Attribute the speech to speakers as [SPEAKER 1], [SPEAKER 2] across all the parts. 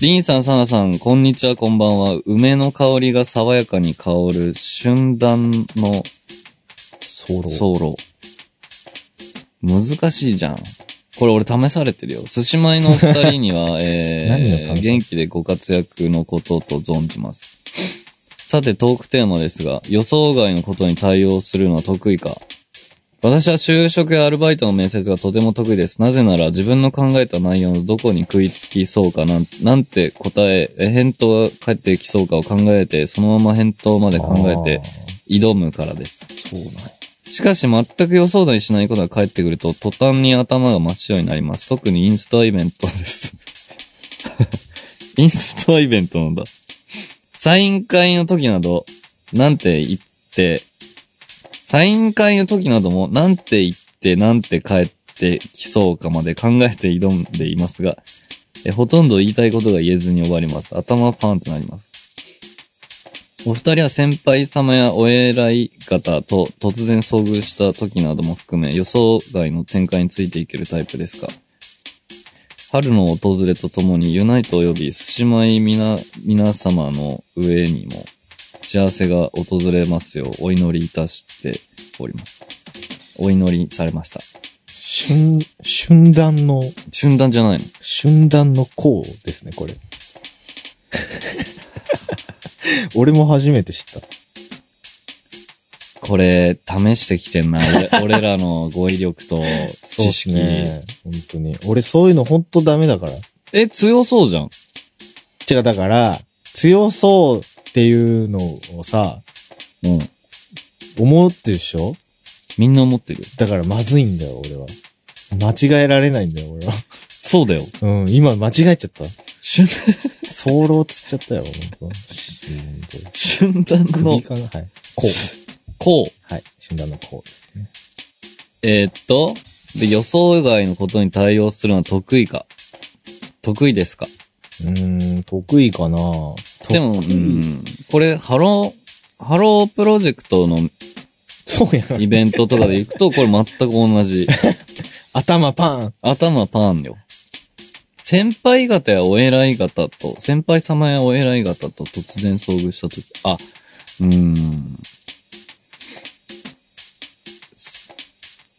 [SPEAKER 1] リンさん、サナさん、こんにちは、こんばんは。梅の香りが爽やかに香る、瞬断の
[SPEAKER 2] ソロ。
[SPEAKER 1] ソロ。難しいじゃん。これ俺試されてるよ。寿司米のお二人に は、
[SPEAKER 2] 何を試
[SPEAKER 1] え
[SPEAKER 2] され
[SPEAKER 1] ー、
[SPEAKER 2] て
[SPEAKER 1] 元気でご活躍のことと存じます。さて、トークテーマですが、予想外のことに対応するのは得意か私は就職やアルバイトの面接がとても得意です。なぜなら自分の考えた内容のどこに食いつきそうかなん、なんて答え、え返答が返ってきそうかを考えて、そのまま返答まで考えて挑むからです。
[SPEAKER 2] あー。そうなんや
[SPEAKER 1] しかし全く予想外にしないことが返ってくると、途端に頭が真っ白になります。特にインストアイベントです。 インストアイベントなんだ。サイン会の時など、なんて言って、サイン会の時なども、なんて言って、なんて帰ってきそうかまで考えて挑んでいますが、えほとんど言いたいことが言えずに終わります。頭パーンとなります。お二人は先輩様やお偉い方と突然遭遇した時なども含め予想外の展開についていけるタイプですか春の訪れとともにユナイト及び寿司米皆、皆様の上にも幸せが訪れますようお祈りいたしております。お祈りされました。
[SPEAKER 2] 瞬、瞬断の、
[SPEAKER 1] 瞬断じゃないの
[SPEAKER 2] 瞬断のこうですね、こ れ。俺も初めて知った。
[SPEAKER 1] これ、試してきてんな。俺 俺らの語彙力と
[SPEAKER 2] そうっ
[SPEAKER 1] 知
[SPEAKER 2] す
[SPEAKER 1] 識。
[SPEAKER 2] ね。本当に。俺そういうの本当ダメだから。
[SPEAKER 1] え、強そうじゃん。
[SPEAKER 2] 違う、だから、強そうっていうのをさ、
[SPEAKER 1] うん。
[SPEAKER 2] 思ってるでしょ
[SPEAKER 1] みんな思ってる。
[SPEAKER 2] だからまずいんだよ、俺は。間違えられないんだよ、俺は。
[SPEAKER 1] そうだよ。
[SPEAKER 2] うん、今間違えちゃった。
[SPEAKER 1] 瞬、
[SPEAKER 2] 早漏つっちゃったよ、本当。うんと
[SPEAKER 1] 瞬間の
[SPEAKER 2] 首、かなはい。こう。
[SPEAKER 1] こう。
[SPEAKER 2] はい。診断のこうですね。
[SPEAKER 1] えーっと、で、予想外のことに対応するのは得意か。得意ですか。
[SPEAKER 2] うーん、得意かな
[SPEAKER 1] でも、う
[SPEAKER 2] 得意
[SPEAKER 1] ん。これ、ハロー、ハロープロジェクトの
[SPEAKER 2] そうやな。
[SPEAKER 1] イベントとかで行くと、これ全く同じ。
[SPEAKER 2] 頭パン。
[SPEAKER 1] 頭パーンよ。先輩方やお偉い方と、先輩様やお偉い方と突然遭遇したとき、あ、うーん。す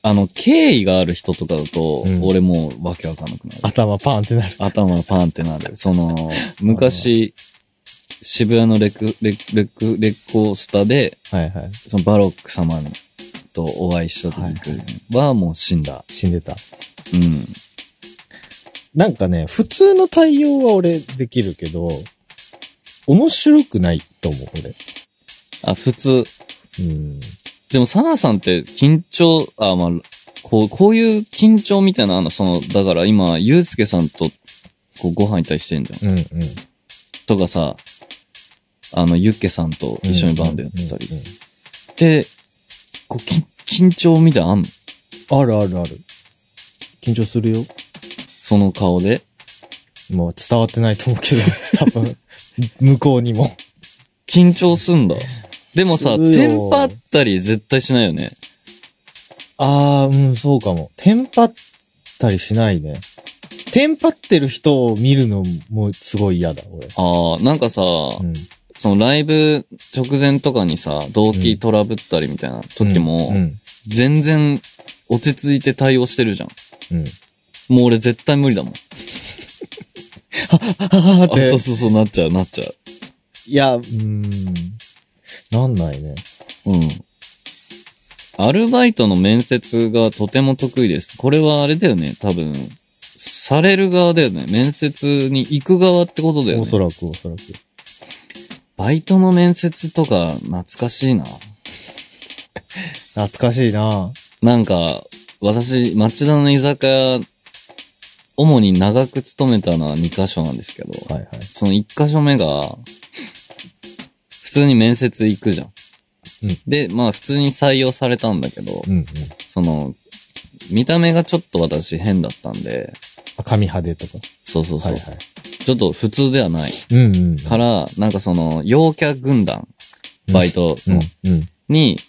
[SPEAKER 1] あの、敬意がある人とかだと、
[SPEAKER 2] うん
[SPEAKER 1] 俺もうわけわかんなくなる。
[SPEAKER 2] 頭パンってなる。
[SPEAKER 1] 頭パーンってなる。そ の、昔、渋谷のレク、レク、レク、レコースタで、
[SPEAKER 2] はいはい。
[SPEAKER 1] そのバロック様とお会いした時はもう死んだ。
[SPEAKER 2] 死んでた。
[SPEAKER 1] うん。
[SPEAKER 2] なんかね、普通の対応は俺できるけど、面白くないと思う、
[SPEAKER 1] あ、普通。
[SPEAKER 2] 俺。うん。
[SPEAKER 1] でも、サナさんって緊張、あ、まあ、こう、こういう緊張みたいな、あの、その、だから今、ゆうすけさんと、こう、ご飯行ったりしてんじゃん。
[SPEAKER 2] うんうん。
[SPEAKER 1] とかさ、あの、ゆっけさんと一緒にバンドやってたり
[SPEAKER 2] う。んうんうん
[SPEAKER 1] で、こう、緊緊張みたいなのあんの
[SPEAKER 2] あるあるある。緊張するよ。
[SPEAKER 1] その顔で。
[SPEAKER 2] もう伝わってないと思うけど、多 分、向こうにも。
[SPEAKER 1] 緊張すんだ。でもさ、
[SPEAKER 2] するよ
[SPEAKER 1] テンパったり絶対しないよね。
[SPEAKER 2] あー、うん、そうかも。テンパったりしないね。テンパってる人を見るのもすごい嫌だ、俺。
[SPEAKER 1] ああ、なんかさ、
[SPEAKER 2] うん。
[SPEAKER 1] そのライブ直前とかにさ、動機トラブったりみたいな時も、
[SPEAKER 2] うん。
[SPEAKER 1] 全然落ち着いて対応してるじゃん。
[SPEAKER 2] うん。
[SPEAKER 1] もう俺絶対無理だもん。
[SPEAKER 2] ははは
[SPEAKER 1] あ、
[SPEAKER 2] って
[SPEAKER 1] そうそうそう、なっちゃう、なっちゃう。
[SPEAKER 2] いや、うーん。なんないね。
[SPEAKER 1] うん。アルバイトの面接がとても得意です。これはあれだよね、多分。される側だよね。面接に行く側ってことだよ
[SPEAKER 2] お
[SPEAKER 1] ね
[SPEAKER 2] そ。らく、おそらく。
[SPEAKER 1] バイトの面接とか懐かしいな。
[SPEAKER 2] 懐かしいな
[SPEAKER 1] なんか、私、町田の居酒屋、主に長く勤めたのは2カ所なんですけど、
[SPEAKER 2] はいはい。
[SPEAKER 1] その1カ所目が、普通に面接行くじゃん。
[SPEAKER 2] うん
[SPEAKER 1] で、まあ普通に採用されたんだけど、
[SPEAKER 2] うんうん。
[SPEAKER 1] その、見た目がちょっと私変だったんで、
[SPEAKER 2] あ髪派手とか。
[SPEAKER 1] そうそうそう、
[SPEAKER 2] はいはい。
[SPEAKER 1] ちょっと普通ではない。
[SPEAKER 2] うんうん。
[SPEAKER 1] から、なんかその、陽キャ軍団、バイト
[SPEAKER 2] う
[SPEAKER 1] の、
[SPEAKER 2] んうん。
[SPEAKER 1] に、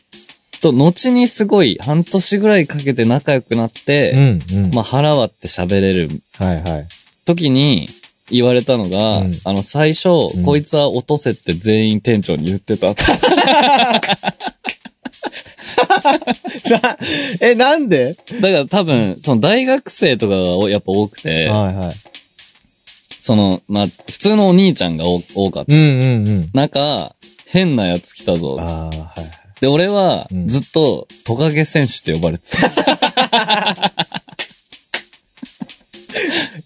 [SPEAKER 1] と、後にすごい半年ぐらいかけて仲良くなって、
[SPEAKER 2] うんうん。
[SPEAKER 1] まあ、腹割って喋れる
[SPEAKER 2] はいはい。
[SPEAKER 1] 時に、言われたのが、
[SPEAKER 2] うん
[SPEAKER 1] あの、最初、
[SPEAKER 2] うん
[SPEAKER 1] こいつは落とせって全員店長に言ってたって。
[SPEAKER 2] なえ、なんで
[SPEAKER 1] だから多分、その大学生とかがやっぱ多くて、
[SPEAKER 2] はいはい。
[SPEAKER 1] その、まあ、普通のお兄ちゃんが多多かった。
[SPEAKER 2] うんうんうん。
[SPEAKER 1] 中、変なやつ来たぞ。
[SPEAKER 2] ああ、はいはい。
[SPEAKER 1] で、俺は
[SPEAKER 2] う、ん
[SPEAKER 1] ずっと、トカゲ戦士って呼ばれてた。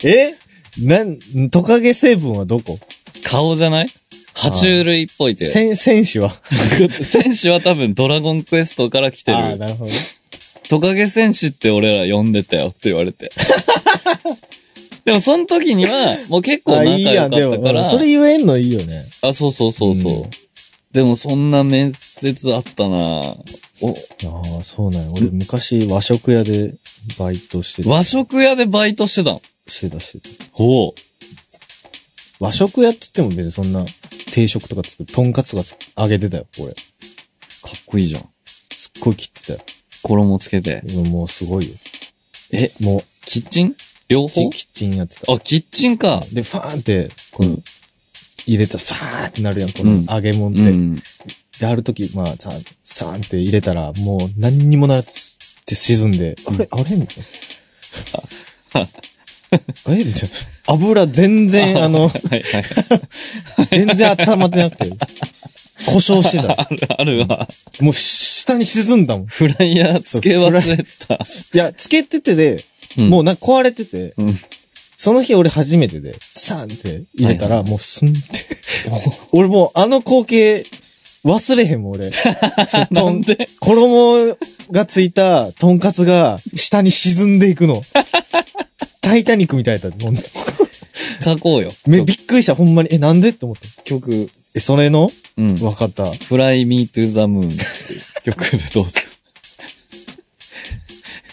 [SPEAKER 2] えなん、トカゲ成分はどこ
[SPEAKER 1] 顔じゃない爬虫類っぽいって。
[SPEAKER 2] 戦、戦士は
[SPEAKER 1] 戦士は多分、ドラゴンクエストから来て
[SPEAKER 2] ああ、
[SPEAKER 1] る。
[SPEAKER 2] なるほど。
[SPEAKER 1] トカゲ戦士って俺ら呼んでたよって言われ て。でも、その時には、もう結構
[SPEAKER 2] あ
[SPEAKER 1] 仲
[SPEAKER 2] いい
[SPEAKER 1] 良か
[SPEAKER 2] やん、で
[SPEAKER 1] っ
[SPEAKER 2] も、
[SPEAKER 1] たか
[SPEAKER 2] うん
[SPEAKER 1] ら。
[SPEAKER 2] それ言えんのいいよね。
[SPEAKER 1] あ、そうそうそうそう。
[SPEAKER 2] うん
[SPEAKER 1] でも、そんな面接あったなお、
[SPEAKER 2] ああ、そうなんや。俺、昔、和食屋でバイトしてた。
[SPEAKER 1] 和食屋でバイトしてたの
[SPEAKER 2] してたしてた。
[SPEAKER 1] ほう。
[SPEAKER 2] 和食屋って言っても別にそんな、定食とか作る、とんかつとかつ揚げてたよ、
[SPEAKER 1] か
[SPEAKER 2] 俺。
[SPEAKER 1] っこいいじゃん。
[SPEAKER 2] すっごい切ってたよ。
[SPEAKER 1] 衣つけて。
[SPEAKER 2] 今もうすごいよ。
[SPEAKER 1] え、
[SPEAKER 2] もう、
[SPEAKER 1] キッチン両
[SPEAKER 2] キ
[SPEAKER 1] 方
[SPEAKER 2] ッチンやってた。
[SPEAKER 1] あ、キッチンか。
[SPEAKER 2] で、ファーンって、こ
[SPEAKER 1] う
[SPEAKER 2] の
[SPEAKER 1] ん、
[SPEAKER 2] 入れたら、ファーンってなるやん、こ
[SPEAKER 1] うん
[SPEAKER 2] の揚げ物
[SPEAKER 1] う
[SPEAKER 2] って。
[SPEAKER 1] ん。
[SPEAKER 2] で、ある時、まあ、さ、さーんって入れたら、もう何にもならずって沈んで、あれ、 あれみたいな。あれみたいな。油全然、あの、
[SPEAKER 1] はいはい。
[SPEAKER 2] 全然温まってなくて。故障してた。
[SPEAKER 1] ある、あるわ。
[SPEAKER 2] もう下に沈んだもん。
[SPEAKER 1] フライヤーつけ忘れてた。
[SPEAKER 2] いや、つけててで、
[SPEAKER 1] うん
[SPEAKER 2] もうなんか壊れてて、
[SPEAKER 1] うん。
[SPEAKER 2] その日俺初めてで、さーんって入れた
[SPEAKER 1] は
[SPEAKER 2] ら、もうすんって。 俺もうあの光景、忘れへんもん俺。そう
[SPEAKER 1] な
[SPEAKER 2] と
[SPEAKER 1] ん
[SPEAKER 2] ん
[SPEAKER 1] で
[SPEAKER 2] 衣がついた、とんかつが、下に沈んでいく の。タイタニックみたいだった。もう
[SPEAKER 1] 書こうよ。
[SPEAKER 2] め、びっくりした、ほんまに。え、なんでって思って。
[SPEAKER 1] 曲。
[SPEAKER 2] え、それの
[SPEAKER 1] うん。
[SPEAKER 2] わかった。
[SPEAKER 1] フライミートゥザムーンっていう曲でどうぞ。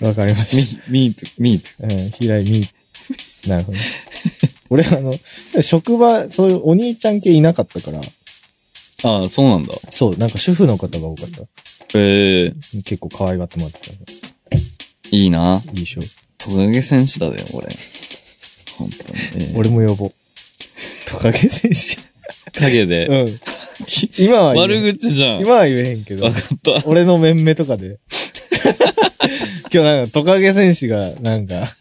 [SPEAKER 2] わかりまし
[SPEAKER 1] ミ、ミート、ミート。
[SPEAKER 2] た。 うん、平井み。なるほどね。俺、あの、職場、そういうお兄ちゃん系いなかったから、
[SPEAKER 1] ああ、そうなんだ。
[SPEAKER 2] そう、なんか主婦の方が多かった。
[SPEAKER 1] ええ
[SPEAKER 2] 結構可愛がってもらってたから。
[SPEAKER 1] いいな。
[SPEAKER 2] いいでしょ。
[SPEAKER 1] トカゲ戦士だよ、俺。本当に。ええ
[SPEAKER 2] 俺も呼ぼう。トカゲ戦士。
[SPEAKER 1] 影
[SPEAKER 2] う
[SPEAKER 1] で。
[SPEAKER 2] ん。今は言えん
[SPEAKER 1] 悪口じゃん。
[SPEAKER 2] 今は言えへんけど
[SPEAKER 1] わ。かった。
[SPEAKER 2] 俺の面々とかで。今日なんかトカゲ戦士がなんか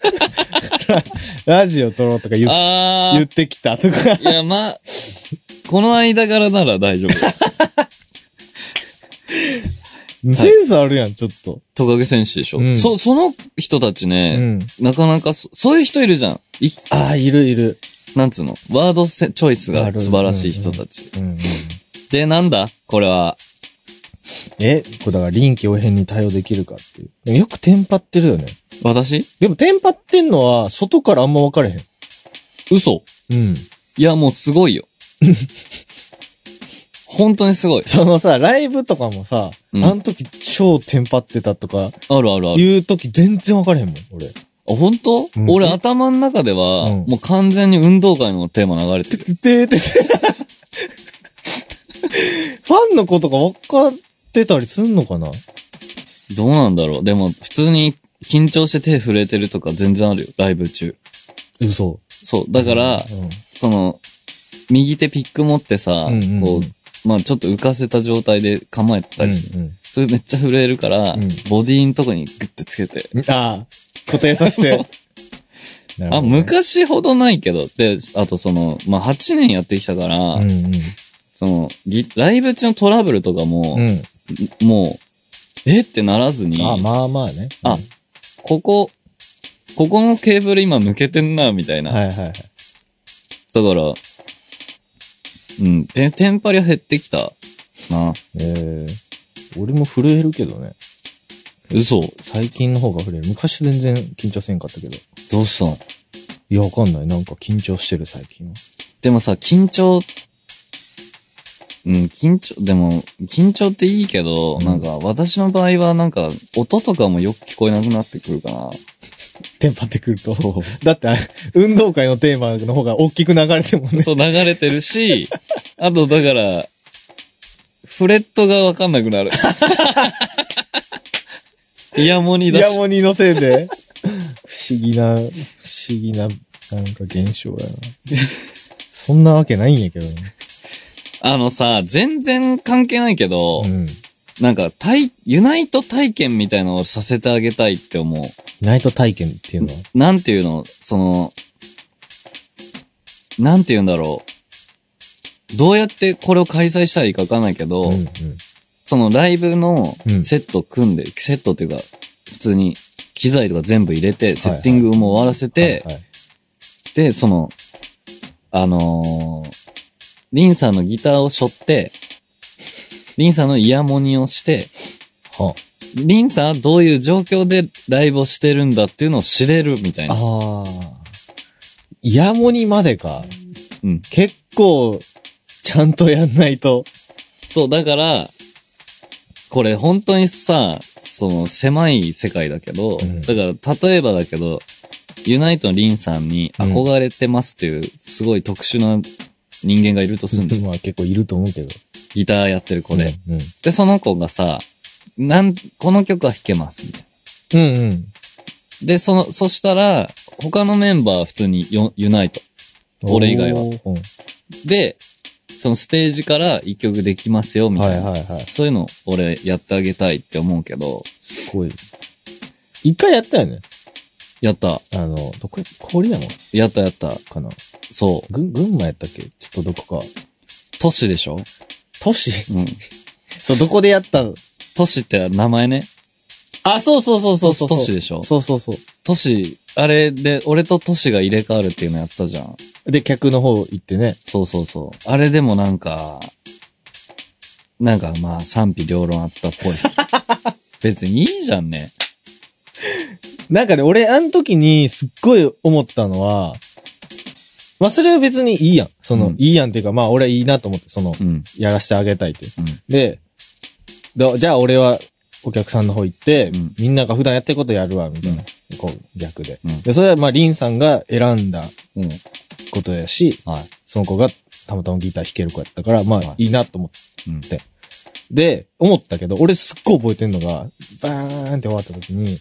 [SPEAKER 2] ラ、ラジオ撮ろうとか言っ
[SPEAKER 1] ああ
[SPEAKER 2] 言ってきたとか。
[SPEAKER 1] いや、まあ、この間柄なら大丈 夫。
[SPEAKER 2] センスあるやん、ちょっと。
[SPEAKER 1] トカゲ戦士でしょ。
[SPEAKER 2] うん
[SPEAKER 1] そ、その人たち
[SPEAKER 2] う
[SPEAKER 1] ね、
[SPEAKER 2] ん。
[SPEAKER 1] なかなかそ、そういう人いるじゃん。い
[SPEAKER 2] ああ、いるいる。
[SPEAKER 1] なんつうのワードせチョイスが素晴らしい人たち。
[SPEAKER 2] うん、うん。
[SPEAKER 1] で、なんだこれは。
[SPEAKER 2] え、これだから臨機応変に対応できるかっていう。でもよくテンパってるよね。
[SPEAKER 1] 私
[SPEAKER 2] でもテンパってんのは外からあんま分かれへん。
[SPEAKER 1] 嘘
[SPEAKER 2] うん。
[SPEAKER 1] いや、もうすごい よ。本当にすごい。
[SPEAKER 2] そのさ、ライブとかもさ、
[SPEAKER 1] うん
[SPEAKER 2] あの時超テンパってたとか、
[SPEAKER 1] あるあるある。
[SPEAKER 2] 言う時全然分かれへんもん、俺。
[SPEAKER 1] あ本当、
[SPEAKER 2] うん
[SPEAKER 1] 俺頭の中では、
[SPEAKER 2] うん
[SPEAKER 1] もう完全に運動会のテーマ流れてる。
[SPEAKER 2] てててて。ファンの子とか分かってたりすんのかな
[SPEAKER 1] どうなんだろうでも、普通に緊張して手震えてるとか全然あるよ。ライブ中。
[SPEAKER 2] 嘘。
[SPEAKER 1] そう。だから、その、右手ピック持ってさ、
[SPEAKER 2] うんうんうん
[SPEAKER 1] こう、まあちょっと浮かせた状態で構えてたりする。
[SPEAKER 2] うんうん
[SPEAKER 1] それめっちゃ震えるから、
[SPEAKER 2] うん
[SPEAKER 1] ボディのとこにグッてつけて。
[SPEAKER 2] ああ、固定させて。な る
[SPEAKER 1] あ、
[SPEAKER 2] ほどね
[SPEAKER 1] 昔ほどないけど。で、あとその、まあ8年やってきたから、
[SPEAKER 2] うん
[SPEAKER 1] その、ギライブ中のトラブルとか
[SPEAKER 2] う
[SPEAKER 1] も、
[SPEAKER 2] ん。
[SPEAKER 1] もう、えってならず
[SPEAKER 2] う
[SPEAKER 1] に、
[SPEAKER 2] ん。あまあまあね。
[SPEAKER 1] あここ、ここのケーブル今抜けてんな、みたいな。
[SPEAKER 2] はいはいはい。
[SPEAKER 1] だから、うん、てテンパりは減ってきたな。
[SPEAKER 2] えー、俺も震えるけどね。
[SPEAKER 1] 嘘
[SPEAKER 2] 最近の方が震える。昔全然緊張せんかったけど。
[SPEAKER 1] どうしたの
[SPEAKER 2] いや、わかんない。なんか緊張してる最近は。
[SPEAKER 1] でもさ、緊張、うん、緊張、でも、緊張っていいけど、
[SPEAKER 2] うん
[SPEAKER 1] なんか、私の場合は、なんか、音とかもよく聞こえなくなってくるかな。
[SPEAKER 2] テンパってくると。
[SPEAKER 1] そ
[SPEAKER 2] だって、あ運動会のテーマの方が大きく流れてるもんね。
[SPEAKER 1] そう、流れてるし、あと、だから、フレットがわかんなく なる。イヤモニ
[SPEAKER 2] い
[SPEAKER 1] だ
[SPEAKER 2] や
[SPEAKER 1] し。
[SPEAKER 2] もう二のせいで。不思議な、不思議ななんか現象だな。そんなわけないんやけどね。
[SPEAKER 1] あのさ、全然関係ないけど、
[SPEAKER 2] うん。
[SPEAKER 1] なんか、体、ユナイト体験みたいのをさせてあげたいって思う。
[SPEAKER 2] ナイト体験っていうのは、
[SPEAKER 1] なんていうのその、なんていうんだろう。どうやってこれを開催したらいいかわかんないけど、
[SPEAKER 2] うんうん。
[SPEAKER 1] そのライブの
[SPEAKER 2] うん
[SPEAKER 1] セット組んで、セットっていうか、普通に機材とか全部入れて、
[SPEAKER 2] い
[SPEAKER 1] セッティングも終わらせて、
[SPEAKER 2] はいはい
[SPEAKER 1] で、その、あのー、リンさんのギターを背負って、リンさんのイヤモニをして、
[SPEAKER 2] は
[SPEAKER 1] リンさんはどういう状況でライブをしてるんだっていうのを知れるみたいな。
[SPEAKER 2] ああー。イヤモニまでか。
[SPEAKER 1] うん。
[SPEAKER 2] 結構、ちゃんとやんないと。
[SPEAKER 1] そう、だから、これ本当にさ、その狭い世界だけど、
[SPEAKER 2] うん
[SPEAKER 1] だから例えばだけど、ユナイトのリンさんに憧れてますっていう、すごい特殊な人間がいるとすんの。
[SPEAKER 2] まあ結構いると思うけど。
[SPEAKER 1] ギターやってる子で。
[SPEAKER 2] うん。うん
[SPEAKER 1] で、その子がさ、なん、この曲は弾けます、みたい
[SPEAKER 2] うんうん。
[SPEAKER 1] な。で、その、そしたら、他のメンバーは普通にユユナイト。俺以外は
[SPEAKER 2] おー。
[SPEAKER 1] で、そのステージから一曲できますよ、
[SPEAKER 2] うん
[SPEAKER 1] みた
[SPEAKER 2] はいい
[SPEAKER 1] な。
[SPEAKER 2] はいはい。
[SPEAKER 1] そういうの、俺、やってあげたいって思うけど、
[SPEAKER 2] すごい。一回やったよね。
[SPEAKER 1] やった、
[SPEAKER 2] あの、どこや、郡山
[SPEAKER 1] やったやった、
[SPEAKER 2] かな。
[SPEAKER 1] そう、
[SPEAKER 2] 群、群馬やったっけちょっとどこか。
[SPEAKER 1] 都市でしょ
[SPEAKER 2] 都市
[SPEAKER 1] うん。
[SPEAKER 2] そう、どこでやったの
[SPEAKER 1] 都市って名前ね。
[SPEAKER 2] あ、そうそうそうそうそう。
[SPEAKER 1] 都市でしょ
[SPEAKER 2] そうそうそう。
[SPEAKER 1] 都市、あれで、俺と都市が入れ替わるっていうのやったじゃん。
[SPEAKER 2] で、客の方行ってね。
[SPEAKER 1] そうそうそう。あれでもなんか、なんかまあ賛否両論あったっぽいです。別にいいじゃんね。
[SPEAKER 2] なんかね、俺、あの時にすっごい思ったのは、まあ、それは別にいいやん。その、
[SPEAKER 1] うん
[SPEAKER 2] いいやんっていうか、まあ、俺はいいなと思って、その、
[SPEAKER 1] うん。
[SPEAKER 2] やらせてあげたいっていう。
[SPEAKER 1] うん。
[SPEAKER 2] で、だじゃあ俺はお客さんの方行って、
[SPEAKER 1] うん
[SPEAKER 2] みんなが普段やってることやるわ、みたいな。
[SPEAKER 1] う
[SPEAKER 2] こう、逆で。
[SPEAKER 1] うん
[SPEAKER 2] で、それはまあ、リンさんが選んだ
[SPEAKER 1] うん。
[SPEAKER 2] ことやし、
[SPEAKER 1] はい。
[SPEAKER 2] その子がたまたまギター弾ける子やったから、ま
[SPEAKER 1] はい
[SPEAKER 2] あ、いいなと思って。
[SPEAKER 1] うん。
[SPEAKER 2] で、思ったけど、俺すっごい覚えてんのが、バーンって終わった時に、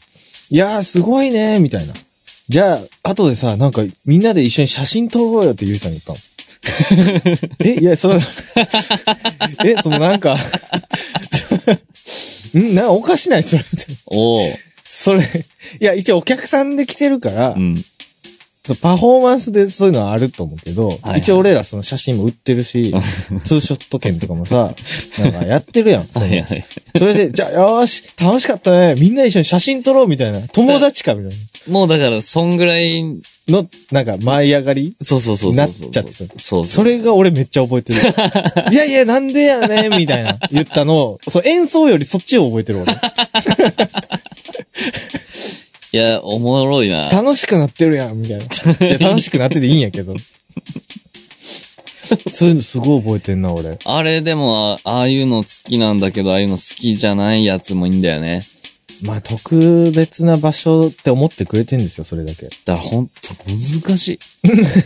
[SPEAKER 2] いやーすごいねー、みたいな。じゃあ、後でさ、なんか、みんなで一緒に写真撮ろうよってゆうさんに言ったの。え、いや、その、え、そのなんか、 んなんかおかしないそれって。
[SPEAKER 1] おー。
[SPEAKER 2] それ、いや、一応お客さんで来てるから、
[SPEAKER 1] うん。
[SPEAKER 2] そのパフォーマンスでそういうのはあると思うけど、
[SPEAKER 1] いはい
[SPEAKER 2] 一応俺らその写真も売ってる し、ツーショット券とかもさ、なんかやってるやん。その
[SPEAKER 1] はいはい。
[SPEAKER 2] それで、じゃあ、よーし、楽しかったね。みんな一緒に写真撮ろうみたいな。友達かみたい
[SPEAKER 1] もうだから、そんぐらい、
[SPEAKER 2] な。の、なんか、舞い上がり
[SPEAKER 1] そうそうそうそう。
[SPEAKER 2] なっちゃってた
[SPEAKER 1] そうそう。
[SPEAKER 2] それが俺めっちゃ覚え てる。いやいや、なんでやねんみたいな。言ったのを、そう、演奏よりそっちを覚えてる俺。
[SPEAKER 1] いや、おもろいな。
[SPEAKER 2] 楽しくなってるやん、みたいな。いや、楽しくなってていいんや けど。そういうのすごい覚えてんな、俺。
[SPEAKER 1] あれでも、あああいうの好きなんだけど、ああいうの好きじゃないやつもいいんだよね。
[SPEAKER 2] まあ、特別な場所って思ってくれてんですよ、それだけ。い
[SPEAKER 1] だからほんと難しい。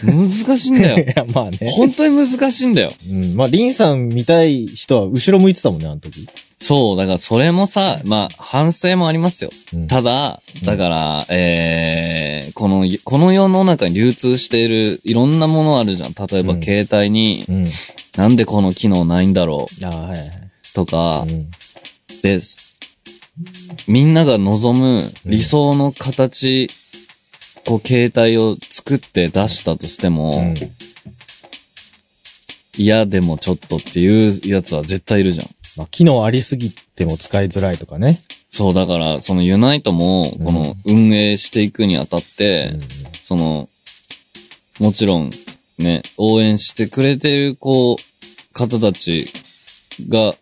[SPEAKER 1] 難しいんだ よ。
[SPEAKER 2] や、まあね。
[SPEAKER 1] 本当に難しいんだよ。
[SPEAKER 2] うん。まあ、リンさん見たい人は後ろ向いてたもんね、あの時。
[SPEAKER 1] そう、だからそれもさ、まあ、反省もありますよ。
[SPEAKER 2] うん
[SPEAKER 1] ただ、だから、えー、この、この世の中に流通しているいろんなものあるじゃん。例えば、
[SPEAKER 2] うん
[SPEAKER 1] 携帯に、
[SPEAKER 2] うん。
[SPEAKER 1] なんでこの機能ないんだろ
[SPEAKER 2] ああ、はいはい。
[SPEAKER 1] う、とか、
[SPEAKER 2] うん
[SPEAKER 1] です。みんなが望む理想の形、こう、携帯を作って出したとしても、
[SPEAKER 2] うん
[SPEAKER 1] 嫌でもちょっとっていうやつは絶対いるじゃん。
[SPEAKER 2] まあ、機能ありすぎても使いづらいとかね。
[SPEAKER 1] そう、だから、そのユナイトも、この運営していくにあたって、その、もちろん、ね、応援してくれてる、こう、方たちが、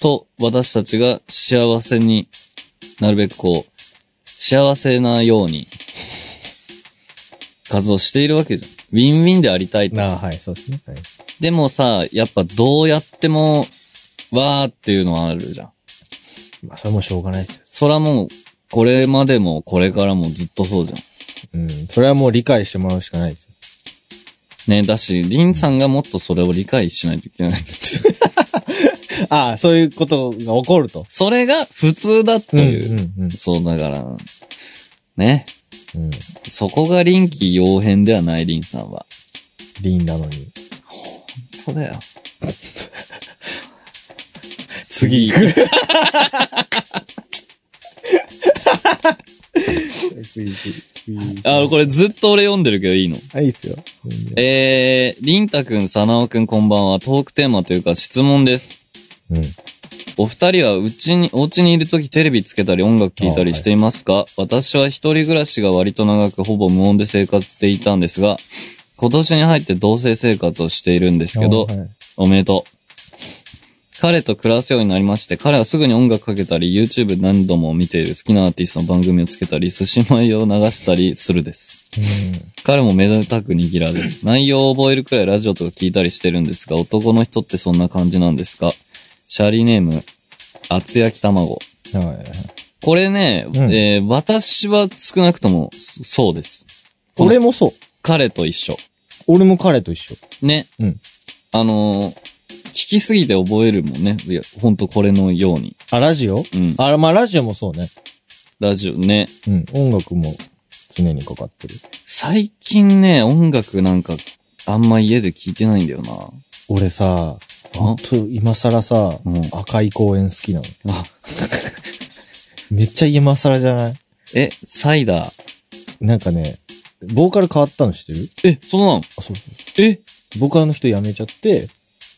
[SPEAKER 1] と、私たちが幸せになるべくこう、幸せなように、 活動しているわけじゃん。ウィンウィンでありたいと。
[SPEAKER 2] ああ、はい、そうですね。はい、
[SPEAKER 1] でもさ、やっぱどうやっても、わーっていうのはあるじゃん。
[SPEAKER 2] まあ、それもしょうがないです。
[SPEAKER 1] そらもう、これまでもこれからもずっとそうじゃん。
[SPEAKER 2] うん。それはもう理解してもらうしかないです。
[SPEAKER 1] ね、だし、リンさんがもっとそれを理解しないといけない。
[SPEAKER 2] ああ、そういうことが起こると。
[SPEAKER 1] それが普通だと
[SPEAKER 2] うん、う
[SPEAKER 1] いう。
[SPEAKER 2] ん、うん。
[SPEAKER 1] そう、だから、ね。
[SPEAKER 2] うん。
[SPEAKER 1] そこが臨機応変ではない、リンさんは。
[SPEAKER 2] リンなのに。
[SPEAKER 1] そう だよ。次。
[SPEAKER 2] 次、次、
[SPEAKER 1] あ、これずっと俺読んでるけどいいの
[SPEAKER 2] あ、いいっすよ。
[SPEAKER 1] えー、りんたくん、さなおくんこんばんは。トークテーマというか質問です。
[SPEAKER 2] うん。
[SPEAKER 1] お二人はうちに、お家にいるときテレビつけたり音楽聴いたりしていますか、私は一人暮らしが割と長くほぼ無音で生活していたんですが、今年に入って同棲生活をしているんですけど、
[SPEAKER 2] あはい
[SPEAKER 1] おめでとう。彼と暮らすようになりまして、彼はすぐに音楽かけたり、YouTube 何度も見ている好きなアーティストの番組をつけたり、寿司米を流したりするです。彼もめでたくにぎら です。内容を覚えるくらいラジオとか聞いたりしてるんですが、男の人ってそんな感じなんですかシャリネーム、厚焼き卵。
[SPEAKER 2] うん。はいはいはい。
[SPEAKER 1] これね、
[SPEAKER 2] ん
[SPEAKER 1] えー私は少なくとも、そそうです。この
[SPEAKER 2] 俺もそう。
[SPEAKER 1] 彼と一緒。
[SPEAKER 2] 俺も彼と一緒。
[SPEAKER 1] ね。
[SPEAKER 2] うん
[SPEAKER 1] あのー聞きすぎて覚えるもんね。いや、ほんとこれのように。
[SPEAKER 2] あ、ラジオ
[SPEAKER 1] うん。
[SPEAKER 2] あ、まあラジオもそうね。
[SPEAKER 1] ラジオね。
[SPEAKER 2] うん。音楽も常にかかってる。
[SPEAKER 1] 最近ね、音楽なんか、あんま家で聞いてないんだよな。
[SPEAKER 2] 俺さ、ほんと今更さ、
[SPEAKER 1] うん
[SPEAKER 2] 赤い公園好きなの。
[SPEAKER 1] あ、
[SPEAKER 2] めっちゃ今更じゃない
[SPEAKER 1] え、サイダー。
[SPEAKER 2] なんかね、ボーカル変わったの知ってる
[SPEAKER 1] え、そうなの
[SPEAKER 2] あ、そうそ
[SPEAKER 1] え
[SPEAKER 2] う。ボーカルの人辞めちゃって、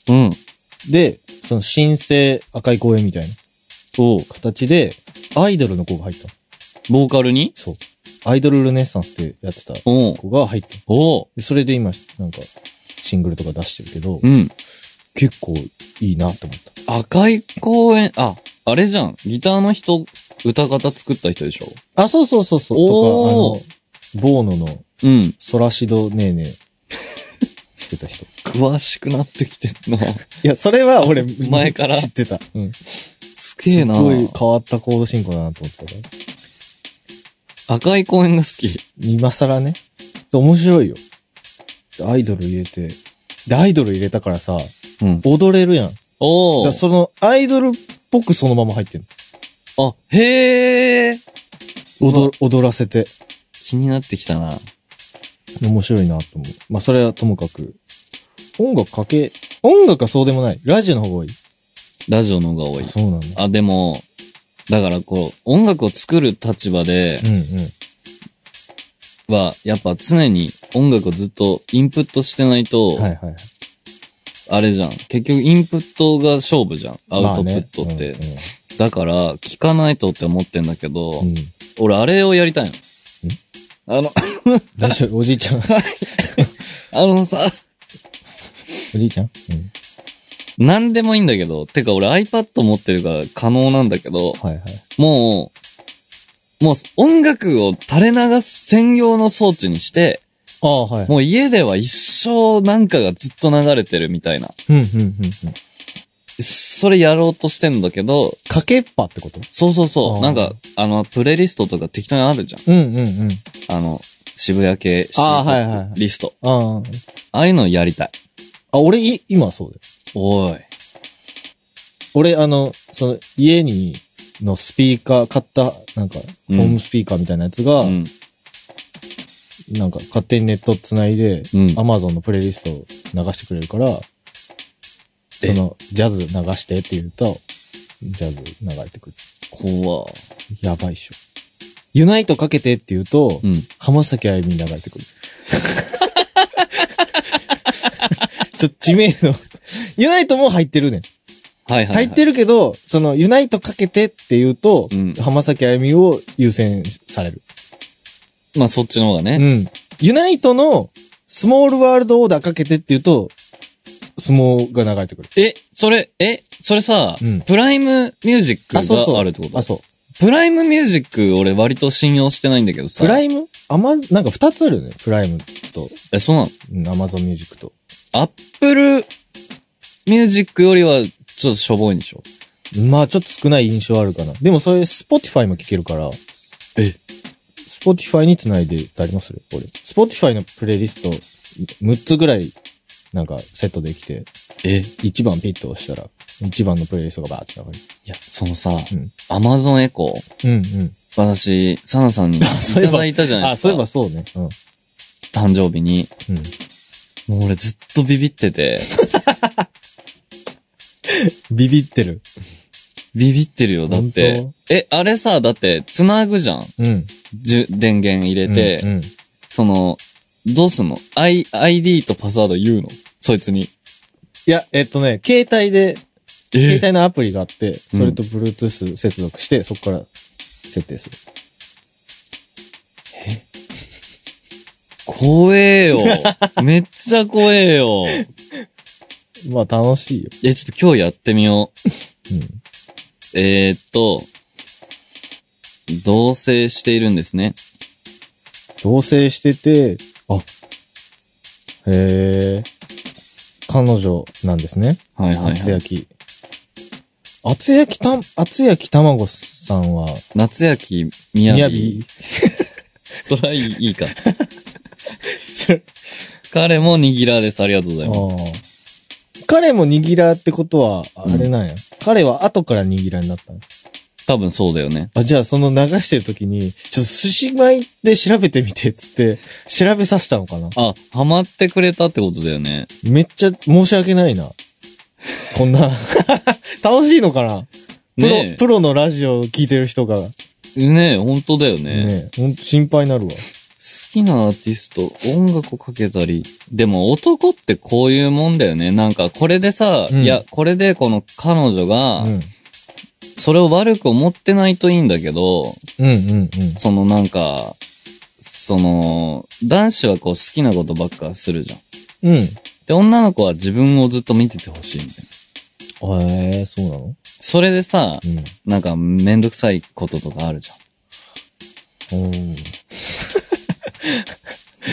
[SPEAKER 1] うん。
[SPEAKER 2] で、その新生赤い公園みたいな
[SPEAKER 1] そう。
[SPEAKER 2] 形で、アイドルの子が入ったの。
[SPEAKER 1] ボーカルに
[SPEAKER 2] そう。アイドルルネッサンスってやってた
[SPEAKER 1] おう
[SPEAKER 2] 子が入ったの
[SPEAKER 1] おう
[SPEAKER 2] でそれで今、なんか、シングルとか出してるけど
[SPEAKER 1] う、ん。
[SPEAKER 2] 結構いいなって思った。
[SPEAKER 1] 赤い公園、あ、あれじゃん。ギターの人、歌方作った人でしょ
[SPEAKER 2] あ、そうそうそうそう。
[SPEAKER 1] おー
[SPEAKER 2] とか、あの、ボーノの
[SPEAKER 1] うん。
[SPEAKER 2] ソラシドネーネー作った人。
[SPEAKER 1] 詳しくなってきてんな。
[SPEAKER 2] いや、それは俺
[SPEAKER 1] あ、そう前から
[SPEAKER 2] 知ってた。うん。
[SPEAKER 1] す
[SPEAKER 2] す
[SPEAKER 1] げえな。
[SPEAKER 2] ごい変わったコード進行だなと思ってたから。
[SPEAKER 1] 赤い公園が好き。
[SPEAKER 2] 今更ね。面白いよ。アイドル入れて。で、アイドル入れたからさ、
[SPEAKER 1] うん。
[SPEAKER 2] 踊れるやん。だか
[SPEAKER 1] お
[SPEAKER 2] ら
[SPEAKER 1] う
[SPEAKER 2] その、アイドルっぽくそのまま入ってる。
[SPEAKER 1] あ、へえ。
[SPEAKER 2] 踊、踊らせて。
[SPEAKER 1] 気になってきたな。
[SPEAKER 2] 面白いなと思う。まあ、それはともかく。音楽かけ、音楽はそうでもない。ラジオの方が多い。
[SPEAKER 1] ラジオの方が多い。
[SPEAKER 2] そうなんだ。
[SPEAKER 1] あ、でも、だからこう、音楽を作る立場で
[SPEAKER 2] うんうん。
[SPEAKER 1] は、やっぱ常に音楽をずっとインプットしてないと、
[SPEAKER 2] はいはいはい。
[SPEAKER 1] あれじゃん。結局インプットが勝負じゃん。アウトプットって。
[SPEAKER 2] まあね
[SPEAKER 1] だから、聞かないとって思ってんだけど、
[SPEAKER 2] うんうんうん
[SPEAKER 1] 俺あれをやりたいの。あの、
[SPEAKER 2] ラジ オ、おじいちゃん、
[SPEAKER 1] あのさ、
[SPEAKER 2] おじいちゃん、
[SPEAKER 1] 何でもいいんだけど、てか俺 iPad 持ってるから可能なんだけど、
[SPEAKER 2] はいはい。
[SPEAKER 1] もう、もう音楽を垂れ流す専用の装置にして、
[SPEAKER 2] ああ、はい。
[SPEAKER 1] もう家では一生なんかがずっと流れてるみたいな。
[SPEAKER 2] うん、うん、うん、うん。
[SPEAKER 1] それやろうとしてんだけど、
[SPEAKER 2] かけっぱってこと
[SPEAKER 1] そうそうそ
[SPEAKER 2] あ
[SPEAKER 1] う。
[SPEAKER 2] ー
[SPEAKER 1] なんか、あの、プレイリストとか適当にあるじゃん。
[SPEAKER 2] うん、うん、うん。
[SPEAKER 1] あの、渋谷系シテ
[SPEAKER 2] ああ、はい
[SPEAKER 1] ィ
[SPEAKER 2] はいはい。
[SPEAKER 1] リスト。
[SPEAKER 2] あ
[SPEAKER 1] ああいうのやりたい。
[SPEAKER 2] あ。あ、俺、い、今はそうだよ。
[SPEAKER 1] おい。
[SPEAKER 2] 俺、あの、その、家に、のスピーカー、買った、なんか、ホ
[SPEAKER 1] うん
[SPEAKER 2] ームスピーカーみたいなやつが、
[SPEAKER 1] うん。
[SPEAKER 2] なんか、勝手にネット繋いで、
[SPEAKER 1] うん
[SPEAKER 2] アマゾンのプレイリストを流してくれるから、
[SPEAKER 1] え
[SPEAKER 2] その、ジャズ流してって言うと、ジャズ流れてくる。
[SPEAKER 1] 怖
[SPEAKER 2] やばいっしょ。ユナイトかけてって言うと、
[SPEAKER 1] うん。
[SPEAKER 2] 浜崎あゆみ流れてくる。ちょっと知名度。ユナイトも入ってるねん。
[SPEAKER 1] はいはい、はい。
[SPEAKER 2] 入ってるけど、その、ユナイトかけてって言うと、
[SPEAKER 1] うん
[SPEAKER 2] 浜崎あゆみを優先される。
[SPEAKER 1] まあそっちの方が
[SPEAKER 2] う
[SPEAKER 1] ね。
[SPEAKER 2] ん。ユナイトの、スモールワールドオーダーかけてって言うと、相撲が流れてくる。
[SPEAKER 1] え、それ、え、それさ、
[SPEAKER 2] うん
[SPEAKER 1] プライムミュージック
[SPEAKER 2] あ、そうそう。
[SPEAKER 1] があるってこと
[SPEAKER 2] あ、そう。
[SPEAKER 1] プライムミュージック俺割と信用してないんだけどさ。
[SPEAKER 2] プライムあま、なんか二つあるよね。プライムと、
[SPEAKER 1] え、そうなの
[SPEAKER 2] うん、アマゾンミュージックと。
[SPEAKER 1] アップルミュージックよりはちょっとしょぼいんでしょ
[SPEAKER 2] まあ、ちょっと少ない印象あるかな。でも、それ、スポティファイも聞けるから。
[SPEAKER 1] え
[SPEAKER 2] スポティファイにつないでたりもする俺。スポティファイのプレイリスト、6つぐらい、なんか、セットできて、
[SPEAKER 1] えい
[SPEAKER 2] 1番ピッと押したら、1番のプレイリストがバーって流れる。
[SPEAKER 1] や、そのさ
[SPEAKER 2] うん、
[SPEAKER 1] アマゾンエコー。
[SPEAKER 2] うんうん。
[SPEAKER 1] 私、サナさんにいただいたじゃない
[SPEAKER 2] あ、
[SPEAKER 1] です
[SPEAKER 2] そういえ
[SPEAKER 1] か
[SPEAKER 2] ば。そうね。うん。
[SPEAKER 1] 誕生日に。
[SPEAKER 2] うん。
[SPEAKER 1] もう俺ずっとビビってて。
[SPEAKER 2] ビビってる。
[SPEAKER 1] ビビってるよ、だって
[SPEAKER 2] 本。
[SPEAKER 1] え、あれさ、だって、繋ぐじゃん。
[SPEAKER 2] うん。
[SPEAKER 1] じゅ電源入れて、
[SPEAKER 2] うん。うん
[SPEAKER 1] その、どうすんの ?I、ID とパスワード言うのそいつに。
[SPEAKER 2] いや、えっとね、携帯で、携
[SPEAKER 1] え
[SPEAKER 2] 帯のアプリがあって、それと Bluetooth 接続して、そこから設定する。
[SPEAKER 1] 怖え よ。めっちゃ怖えよ。
[SPEAKER 2] まあ、楽しいよ。
[SPEAKER 1] え、ちょっと今日やってみよ
[SPEAKER 2] うん。
[SPEAKER 1] う。えー、っと、同棲しているんですね。
[SPEAKER 2] 同棲してて、あ、へえ、彼女なんですね。
[SPEAKER 1] はいはい、
[SPEAKER 2] 厚
[SPEAKER 1] はい。
[SPEAKER 2] 焼き。厚焼きた、厚焼き卵さんは、
[SPEAKER 1] 夏焼き、みや
[SPEAKER 2] みや
[SPEAKER 1] び
[SPEAKER 2] び。。
[SPEAKER 1] そらいいいいか。彼もにぎらーです。ありがとうございます。
[SPEAKER 2] あー彼も握らってことは、あれなんや。彼は後から握らになったの
[SPEAKER 1] 多分そうだよね。
[SPEAKER 2] あ、じゃあその流してる時に、ちょっと寿司米で調べてみてっつって、調べさせたのかな
[SPEAKER 1] あ、ハマってくれたってことだよね。
[SPEAKER 2] めっちゃ申し訳ないな。こんな、 楽しいのかなプロ、
[SPEAKER 1] ね
[SPEAKER 2] プロのラジオを聞いてる人が、
[SPEAKER 1] え。ねえ、本当だよね。
[SPEAKER 2] ね、ほんと心配になるわ。
[SPEAKER 1] 好きなアーティスト、音楽をかけたり。でも男ってこういうもんだよね。なんかこれでさ、
[SPEAKER 2] うん
[SPEAKER 1] いや、これでこの彼女が
[SPEAKER 2] う、ん。
[SPEAKER 1] それを悪く思ってないといいんだけど、
[SPEAKER 2] うんうん
[SPEAKER 1] そのなんか、その、男子はこう好きなことばっかするじゃん。
[SPEAKER 2] うん。うん。
[SPEAKER 1] で、女の子は自分をずっと見ててほしいみたいな。
[SPEAKER 2] ええそうなの
[SPEAKER 1] それでさ、
[SPEAKER 2] うん。
[SPEAKER 1] なんかめんどくさいこととかあるじ
[SPEAKER 2] う、
[SPEAKER 1] ゃん。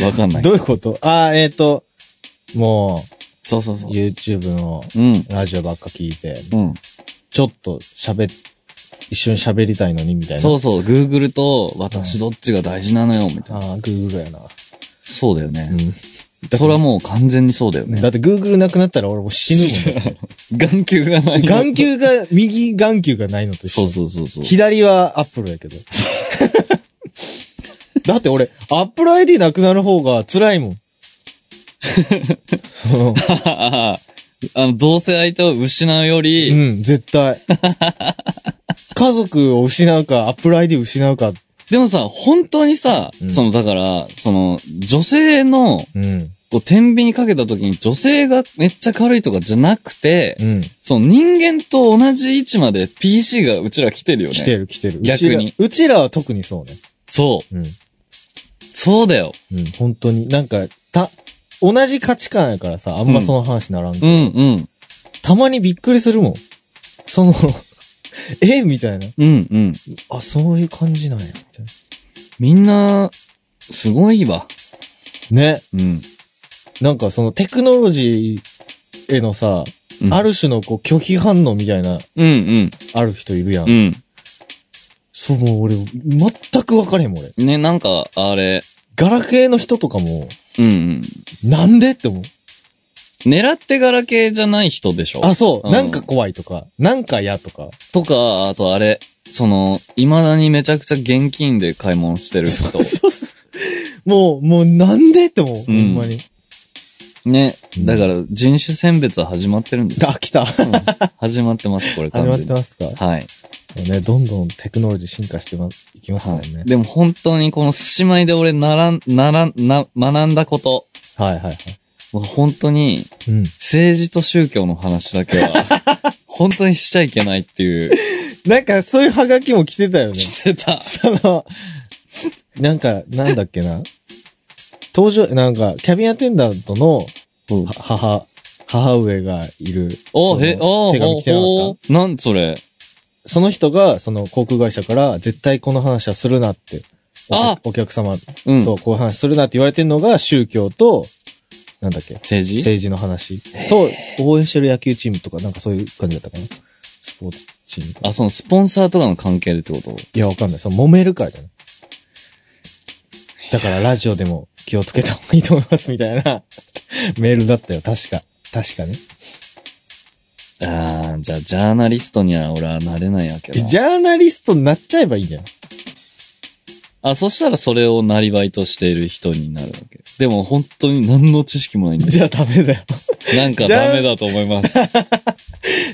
[SPEAKER 1] わかんなんい。
[SPEAKER 2] どういうことあーえっ、と、も
[SPEAKER 1] そうそう
[SPEAKER 2] う、
[SPEAKER 1] そう。
[SPEAKER 2] YouTube の
[SPEAKER 1] うん。
[SPEAKER 2] ラジオばっか聞いて、
[SPEAKER 1] うん。
[SPEAKER 2] ちょっと喋っ、一緒に喋りたいのにみたいな。
[SPEAKER 1] そうそう、Google と私どっちが大事なのよ、みたいな。
[SPEAKER 2] ああ、Google やな。
[SPEAKER 1] そうだよ
[SPEAKER 2] う
[SPEAKER 1] ね。
[SPEAKER 2] ん。
[SPEAKER 1] それはもう完全にそうだよね。
[SPEAKER 2] だって Google なくなったら俺もう死ぬもん。
[SPEAKER 1] 眼球がない。
[SPEAKER 2] 眼球が、右眼球がないのと一緒。
[SPEAKER 1] そうそうそうそう。
[SPEAKER 2] 左は Apple やけど。だって俺、Apple ID なくなる方が辛いも ん。その、
[SPEAKER 1] あの、どうせ相手を失うよ
[SPEAKER 2] う
[SPEAKER 1] り、
[SPEAKER 2] ん、絶 対。家族を失うか、Apple ID を失うか。
[SPEAKER 1] でもさ、本当にさ、
[SPEAKER 2] うん
[SPEAKER 1] その、だから、その、女性の、
[SPEAKER 2] うん、
[SPEAKER 1] こう、天秤にかけた時に女性がめっちゃ軽いとかじゃなくて、
[SPEAKER 2] うん。
[SPEAKER 1] その人間と同じ位置まで PC がうちら来てるよね。
[SPEAKER 2] 来てる来てる。
[SPEAKER 1] 逆に
[SPEAKER 2] うちら。うちらは特にそうね。
[SPEAKER 1] そ
[SPEAKER 2] うん。
[SPEAKER 1] う。そうだよ。
[SPEAKER 2] うん、本当に。なんか、た、同じ価値観やからさ、あんまその話ならんけど、
[SPEAKER 1] うんうん。
[SPEAKER 2] たまにびっくりするもん。その、 えみたいな。
[SPEAKER 1] うんうん。
[SPEAKER 2] あ、そういう感じなんや。みたい
[SPEAKER 1] みんな、すごいわ。
[SPEAKER 2] な。ね。
[SPEAKER 1] うん。
[SPEAKER 2] なんかそのテクノロジーへのさ、
[SPEAKER 1] うん
[SPEAKER 2] ある種のこう拒否反応みたいな、
[SPEAKER 1] うんうん。
[SPEAKER 2] ある人いるやん。
[SPEAKER 1] うん。
[SPEAKER 2] そう、もう俺、全く分かれへんもん、俺。
[SPEAKER 1] ね、なんか、あれ、
[SPEAKER 2] ガラケーの人とかも、
[SPEAKER 1] うんうん。
[SPEAKER 2] なんでって思う。
[SPEAKER 1] 狙ってガラケーじゃない人でしょ
[SPEAKER 2] あ、そう、
[SPEAKER 1] うん
[SPEAKER 2] なんか怖いとか、なんか嫌とか。
[SPEAKER 1] とか、あとあれ、その、未だにめちゃくちゃ現金で買い物してる人。
[SPEAKER 2] そうそう。もう、もうなんでって思う、
[SPEAKER 1] うん
[SPEAKER 2] ほんまに。
[SPEAKER 1] ね
[SPEAKER 2] う。ん
[SPEAKER 1] だから、人種選別は始まってるん ですよ。
[SPEAKER 2] あ、来た。始
[SPEAKER 1] うん始まってます、これ完
[SPEAKER 2] まっ
[SPEAKER 1] 全
[SPEAKER 2] て
[SPEAKER 1] に。
[SPEAKER 2] ますか
[SPEAKER 1] はい。
[SPEAKER 2] ね、どんどんテクノロジー進化してま、いきますもんね。
[SPEAKER 1] でも本当にこの獅子舞で俺ならん、ならん、な、学んだこと。
[SPEAKER 2] はいはいはい。
[SPEAKER 1] 僕本当に
[SPEAKER 2] うん。
[SPEAKER 1] 政治と宗教の話だけは、 本当にしちゃいけないっていう、
[SPEAKER 2] なんか、そういうハガキも来てたよね。
[SPEAKER 1] してた。
[SPEAKER 2] その、なんか、なんだっけな。登場、なんか、キャビンアテンダントの
[SPEAKER 1] うん
[SPEAKER 2] は母、母上がいる。
[SPEAKER 1] お、へ、お、
[SPEAKER 2] 手紙来てなか
[SPEAKER 1] お、
[SPEAKER 2] っ
[SPEAKER 1] お、なんそれ。
[SPEAKER 2] た。その人が、その航空会社から、絶対この話はするなって。お
[SPEAKER 1] あ
[SPEAKER 2] お客様
[SPEAKER 1] うん。政
[SPEAKER 2] とこういう話するなって言われてるのが、宗教と、なんだっけ、
[SPEAKER 1] 治
[SPEAKER 2] 政治の話と、応援してる野球チームとか、なんかそういう感じだったかな。スポーツチームか。
[SPEAKER 1] あ、そのスポンサーとかの関係でってこと
[SPEAKER 2] いや、わかんない。その揉めるからじゃない。だからラジオでも気をつけた方がいいと思いますみたいな メールだったよ。確か。確かね。
[SPEAKER 1] あー、じゃあ、ジャーナリストには俺はなれないわけだ。
[SPEAKER 2] ジャーナリストになっちゃえばいいんだよ。
[SPEAKER 1] あ、そしたらそれをなりわいとしている人になるわけ。でも本当に何の知識もないんで、
[SPEAKER 2] じゃあダメだよ。
[SPEAKER 1] なんかダメだと思います。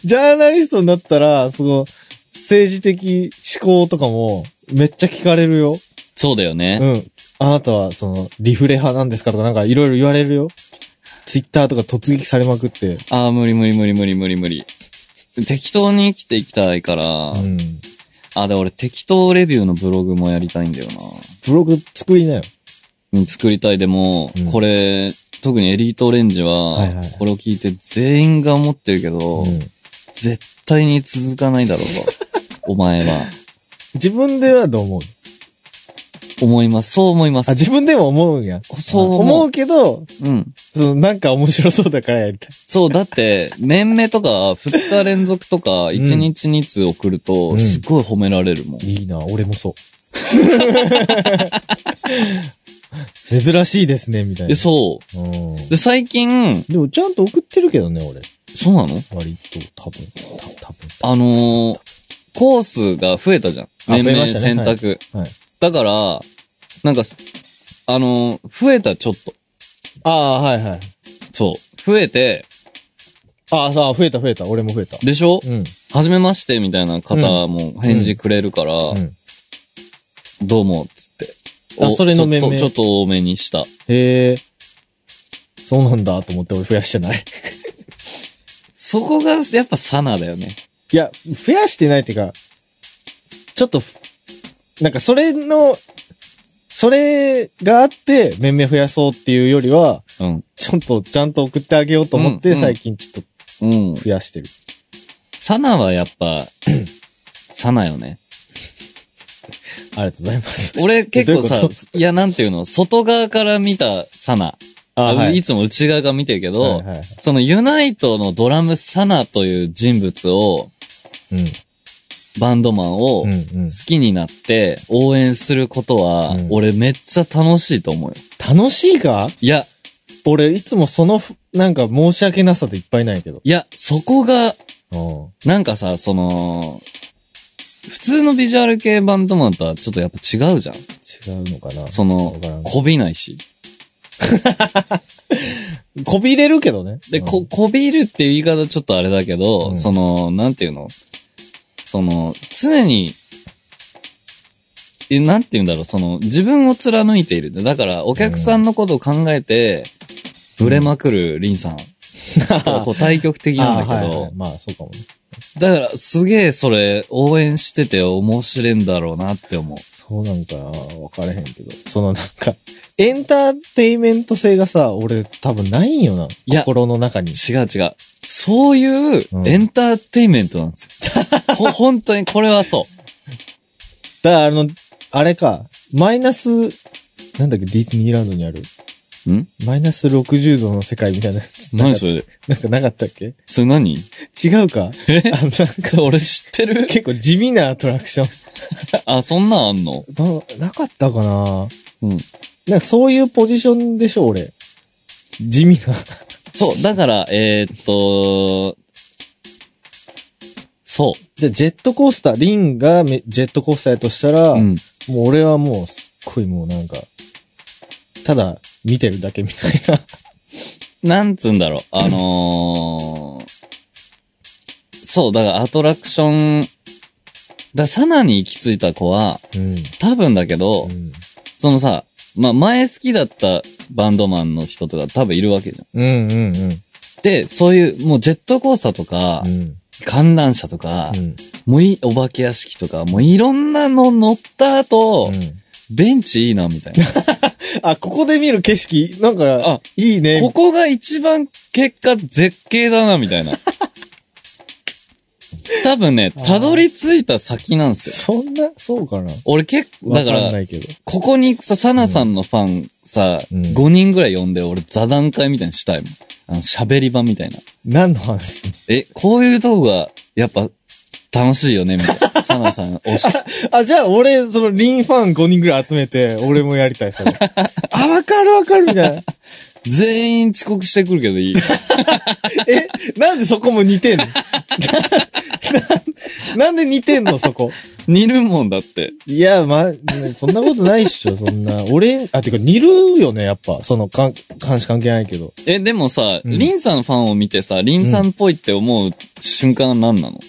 [SPEAKER 2] ジャーナリストになったら、その、政治的思考とかも、めっちゃ聞かれるよ。
[SPEAKER 1] そうだよね。
[SPEAKER 2] うん。あなたは、その、リフレ派なんですかとか、なんかいろいろ言われるよ。ツイッターとか突撃されまくって。
[SPEAKER 1] ああ、無理無理無理無理無理無理。適当に生きていきたいから、
[SPEAKER 2] うん。
[SPEAKER 1] あ、で、俺適当レビューのブログもやりたいんだよな。
[SPEAKER 2] ブログ作りなよ。
[SPEAKER 1] うん作りたい。でも、
[SPEAKER 2] うん
[SPEAKER 1] これ、特にエリートオレンジは、
[SPEAKER 2] はいはい
[SPEAKER 1] これを聞いて全員が思ってるけど、
[SPEAKER 2] うん。
[SPEAKER 1] 絶対に続かないだろうと。 お前は。
[SPEAKER 2] 自分ではどう思う
[SPEAKER 1] 思います。そう思います。
[SPEAKER 2] あ、自分でも思うんや。
[SPEAKER 1] そう思う
[SPEAKER 2] 思うけど、
[SPEAKER 1] うん。
[SPEAKER 2] その、なんか面白そうだからやりたい。
[SPEAKER 1] そう、だって、面々とか、2日連続とか、1日2通送る
[SPEAKER 2] う
[SPEAKER 1] と、
[SPEAKER 2] ん
[SPEAKER 1] すごい褒められるもん。
[SPEAKER 2] いいな、俺も そう。珍しいですね、みたいな。。
[SPEAKER 1] で、そう
[SPEAKER 2] ん。
[SPEAKER 1] う。で、最近、
[SPEAKER 2] でも、ちゃんと送ってるけどね、俺。
[SPEAKER 1] そうなの
[SPEAKER 2] 割と、多分、た多分
[SPEAKER 1] あのーコースが増えたじゃん。
[SPEAKER 2] あ
[SPEAKER 1] 年
[SPEAKER 2] 増えま
[SPEAKER 1] 々
[SPEAKER 2] したね
[SPEAKER 1] 選択。
[SPEAKER 2] はい。
[SPEAKER 1] だから、なんかす、あのー増えたちょっと。
[SPEAKER 2] ああ、はいはい。
[SPEAKER 1] そう。増えて、
[SPEAKER 2] ああ、さあ、増えた増えた。俺も増えた。
[SPEAKER 1] でしょ
[SPEAKER 2] うん。
[SPEAKER 1] はじめましてみたいな方も返事くれるから、
[SPEAKER 2] うん。
[SPEAKER 1] どうも、つって。
[SPEAKER 2] あ
[SPEAKER 1] お
[SPEAKER 2] それの面々
[SPEAKER 1] ちょっと、ちょっと多めにした。
[SPEAKER 2] へえ。そうなんだと思って俺増やしてない。
[SPEAKER 1] そこが、やっぱサナだよね。
[SPEAKER 2] いや、増やしてないっていうか、ちょっとふ、なんかそれの、それがあって、面々増やそうっていうよりは、
[SPEAKER 1] うん。
[SPEAKER 2] ちょっとちゃんと送ってあげようと思って、
[SPEAKER 1] うんうん
[SPEAKER 2] 最近ちょっ
[SPEAKER 1] うん
[SPEAKER 2] と。増やしてる。
[SPEAKER 1] サナはやっ ぱ、サナよ ね。
[SPEAKER 2] ありがとうござ います。
[SPEAKER 1] 俺結構さ、
[SPEAKER 2] えどういうこ
[SPEAKER 1] いや、なんていうの、外側から見たサナ。、
[SPEAKER 2] あ、はいい。
[SPEAKER 1] つも内側から見てるけど、
[SPEAKER 2] はいはいはい
[SPEAKER 1] そのユナイトのドラムサナという人物を、バンドマンを
[SPEAKER 2] うん。う
[SPEAKER 1] 好
[SPEAKER 2] んうん。
[SPEAKER 1] きになって応援することは、
[SPEAKER 2] うん
[SPEAKER 1] 俺めっちゃ楽しいと思うよ。
[SPEAKER 2] 楽しいか
[SPEAKER 1] いや、
[SPEAKER 2] 俺、いつもそのふ、なんか申し訳なさでいっぱいないけど。
[SPEAKER 1] いや、そこが、
[SPEAKER 2] うん。
[SPEAKER 1] なんかさ、その、普通のビジュアル系バンドマンとはちょっとやっぱ違うじゃん。
[SPEAKER 2] 違うのかな
[SPEAKER 1] そ
[SPEAKER 2] わ
[SPEAKER 1] の
[SPEAKER 2] からん、
[SPEAKER 1] こびないし。
[SPEAKER 2] こびれるけどね。
[SPEAKER 1] で、
[SPEAKER 2] うん
[SPEAKER 1] こ、、こびるっていう言い方ちょっとあれだけど、
[SPEAKER 2] うん
[SPEAKER 1] その、なんていうのその、常に、え、なんていうんだろう、その、自分を貫いている。だから、お客さんのことを考えて、ブレまくるリンさん。こう対極的なんだけど、
[SPEAKER 2] あはいはいまあ、そうかもね。
[SPEAKER 1] だから、すげえそれ、応援してて面白いんだろうなって思う。
[SPEAKER 2] そうなんかな分かれへんけど。そのなんか、エンターテイメント性がさ、俺多分ないんよな。
[SPEAKER 1] や
[SPEAKER 2] 心の中に。
[SPEAKER 1] 違う違う。そういう
[SPEAKER 2] うん
[SPEAKER 1] エンターテインメントなんです よ。ほ本当に、これはそう。
[SPEAKER 2] だからあの、あれか、マイナス、なんだっけ、ディズニーランドにある。
[SPEAKER 1] ん
[SPEAKER 2] マイナス60度の世界みたいなやつ。
[SPEAKER 1] 何そ
[SPEAKER 2] れ
[SPEAKER 1] れ
[SPEAKER 2] なんかなかったっけ
[SPEAKER 1] それ何
[SPEAKER 2] 違うか
[SPEAKER 1] え
[SPEAKER 2] あの、なんか
[SPEAKER 1] それ 俺知ってる
[SPEAKER 2] 結構地味なアトラクシ ョ
[SPEAKER 1] あ、そんなんあんの
[SPEAKER 2] ン。ななかったかな
[SPEAKER 1] うん。
[SPEAKER 2] なんかそういうポジションでしょ、俺。地味な。
[SPEAKER 1] そう、だから、えーっと、そ
[SPEAKER 2] じゃあジェットコースター、リンがめジェットコースターやとしたら、
[SPEAKER 1] う。うん。
[SPEAKER 2] もう俺はもうすっごいもうなんか、ただ見てるだけみたいな。
[SPEAKER 1] なんつうんだろう、あのー、そう、だからアトラクション、だからサナに行き着いた子は、
[SPEAKER 2] うん。
[SPEAKER 1] 多分だけど、そのさ、まあ、前好きだったバンドマンの人とか多分いるわけじゃん。
[SPEAKER 2] うんうんうん。
[SPEAKER 1] で、そういう、もうジェットコースターとか
[SPEAKER 2] う、ん。
[SPEAKER 1] 観覧車とか、
[SPEAKER 2] うん。
[SPEAKER 1] もういい、お化け屋敷とか、もういろんなの乗った後、ベンチいいな、みたいな。
[SPEAKER 2] あ、ここで見る景色、なんか
[SPEAKER 1] あ、
[SPEAKER 2] いいね。
[SPEAKER 1] ここが一番結果絶景だな、み たいな。多分ね、
[SPEAKER 2] あー
[SPEAKER 1] たどり着いた先なんですよ。
[SPEAKER 2] そんな、そうかな。
[SPEAKER 1] 俺結構、だか
[SPEAKER 2] わかんな
[SPEAKER 1] ら、
[SPEAKER 2] いけど。
[SPEAKER 1] ここにさ、サナさんのファンさ、
[SPEAKER 2] うん
[SPEAKER 1] 5人ぐらい呼んで、俺座談会みたいにしたいもん。あの、喋り場みたいな。
[SPEAKER 2] 何の話
[SPEAKER 1] え、こういうとこが、やっぱ、楽しいよね、みたい な。サナさん、推し、
[SPEAKER 2] あ、じゃあ俺、そのリンファン5人ぐらい集めて、俺もやりたい、 それ。あ、わかるわかる、みたいな。
[SPEAKER 1] 全員遅刻してくるけどいい。
[SPEAKER 2] え、なんでそこも似てんの なんで似てんの、そこ。
[SPEAKER 1] 煮るもんだって。
[SPEAKER 2] いや、ま、そんなことないっしょ、そんな。俺、あ、てか、似るよね、やっぱ。その、かん、監視関係ないけど。
[SPEAKER 1] え、でもさ、
[SPEAKER 2] うん
[SPEAKER 1] リンさんのファンを見てさ、リンさんっぽいって思う瞬間は何なの、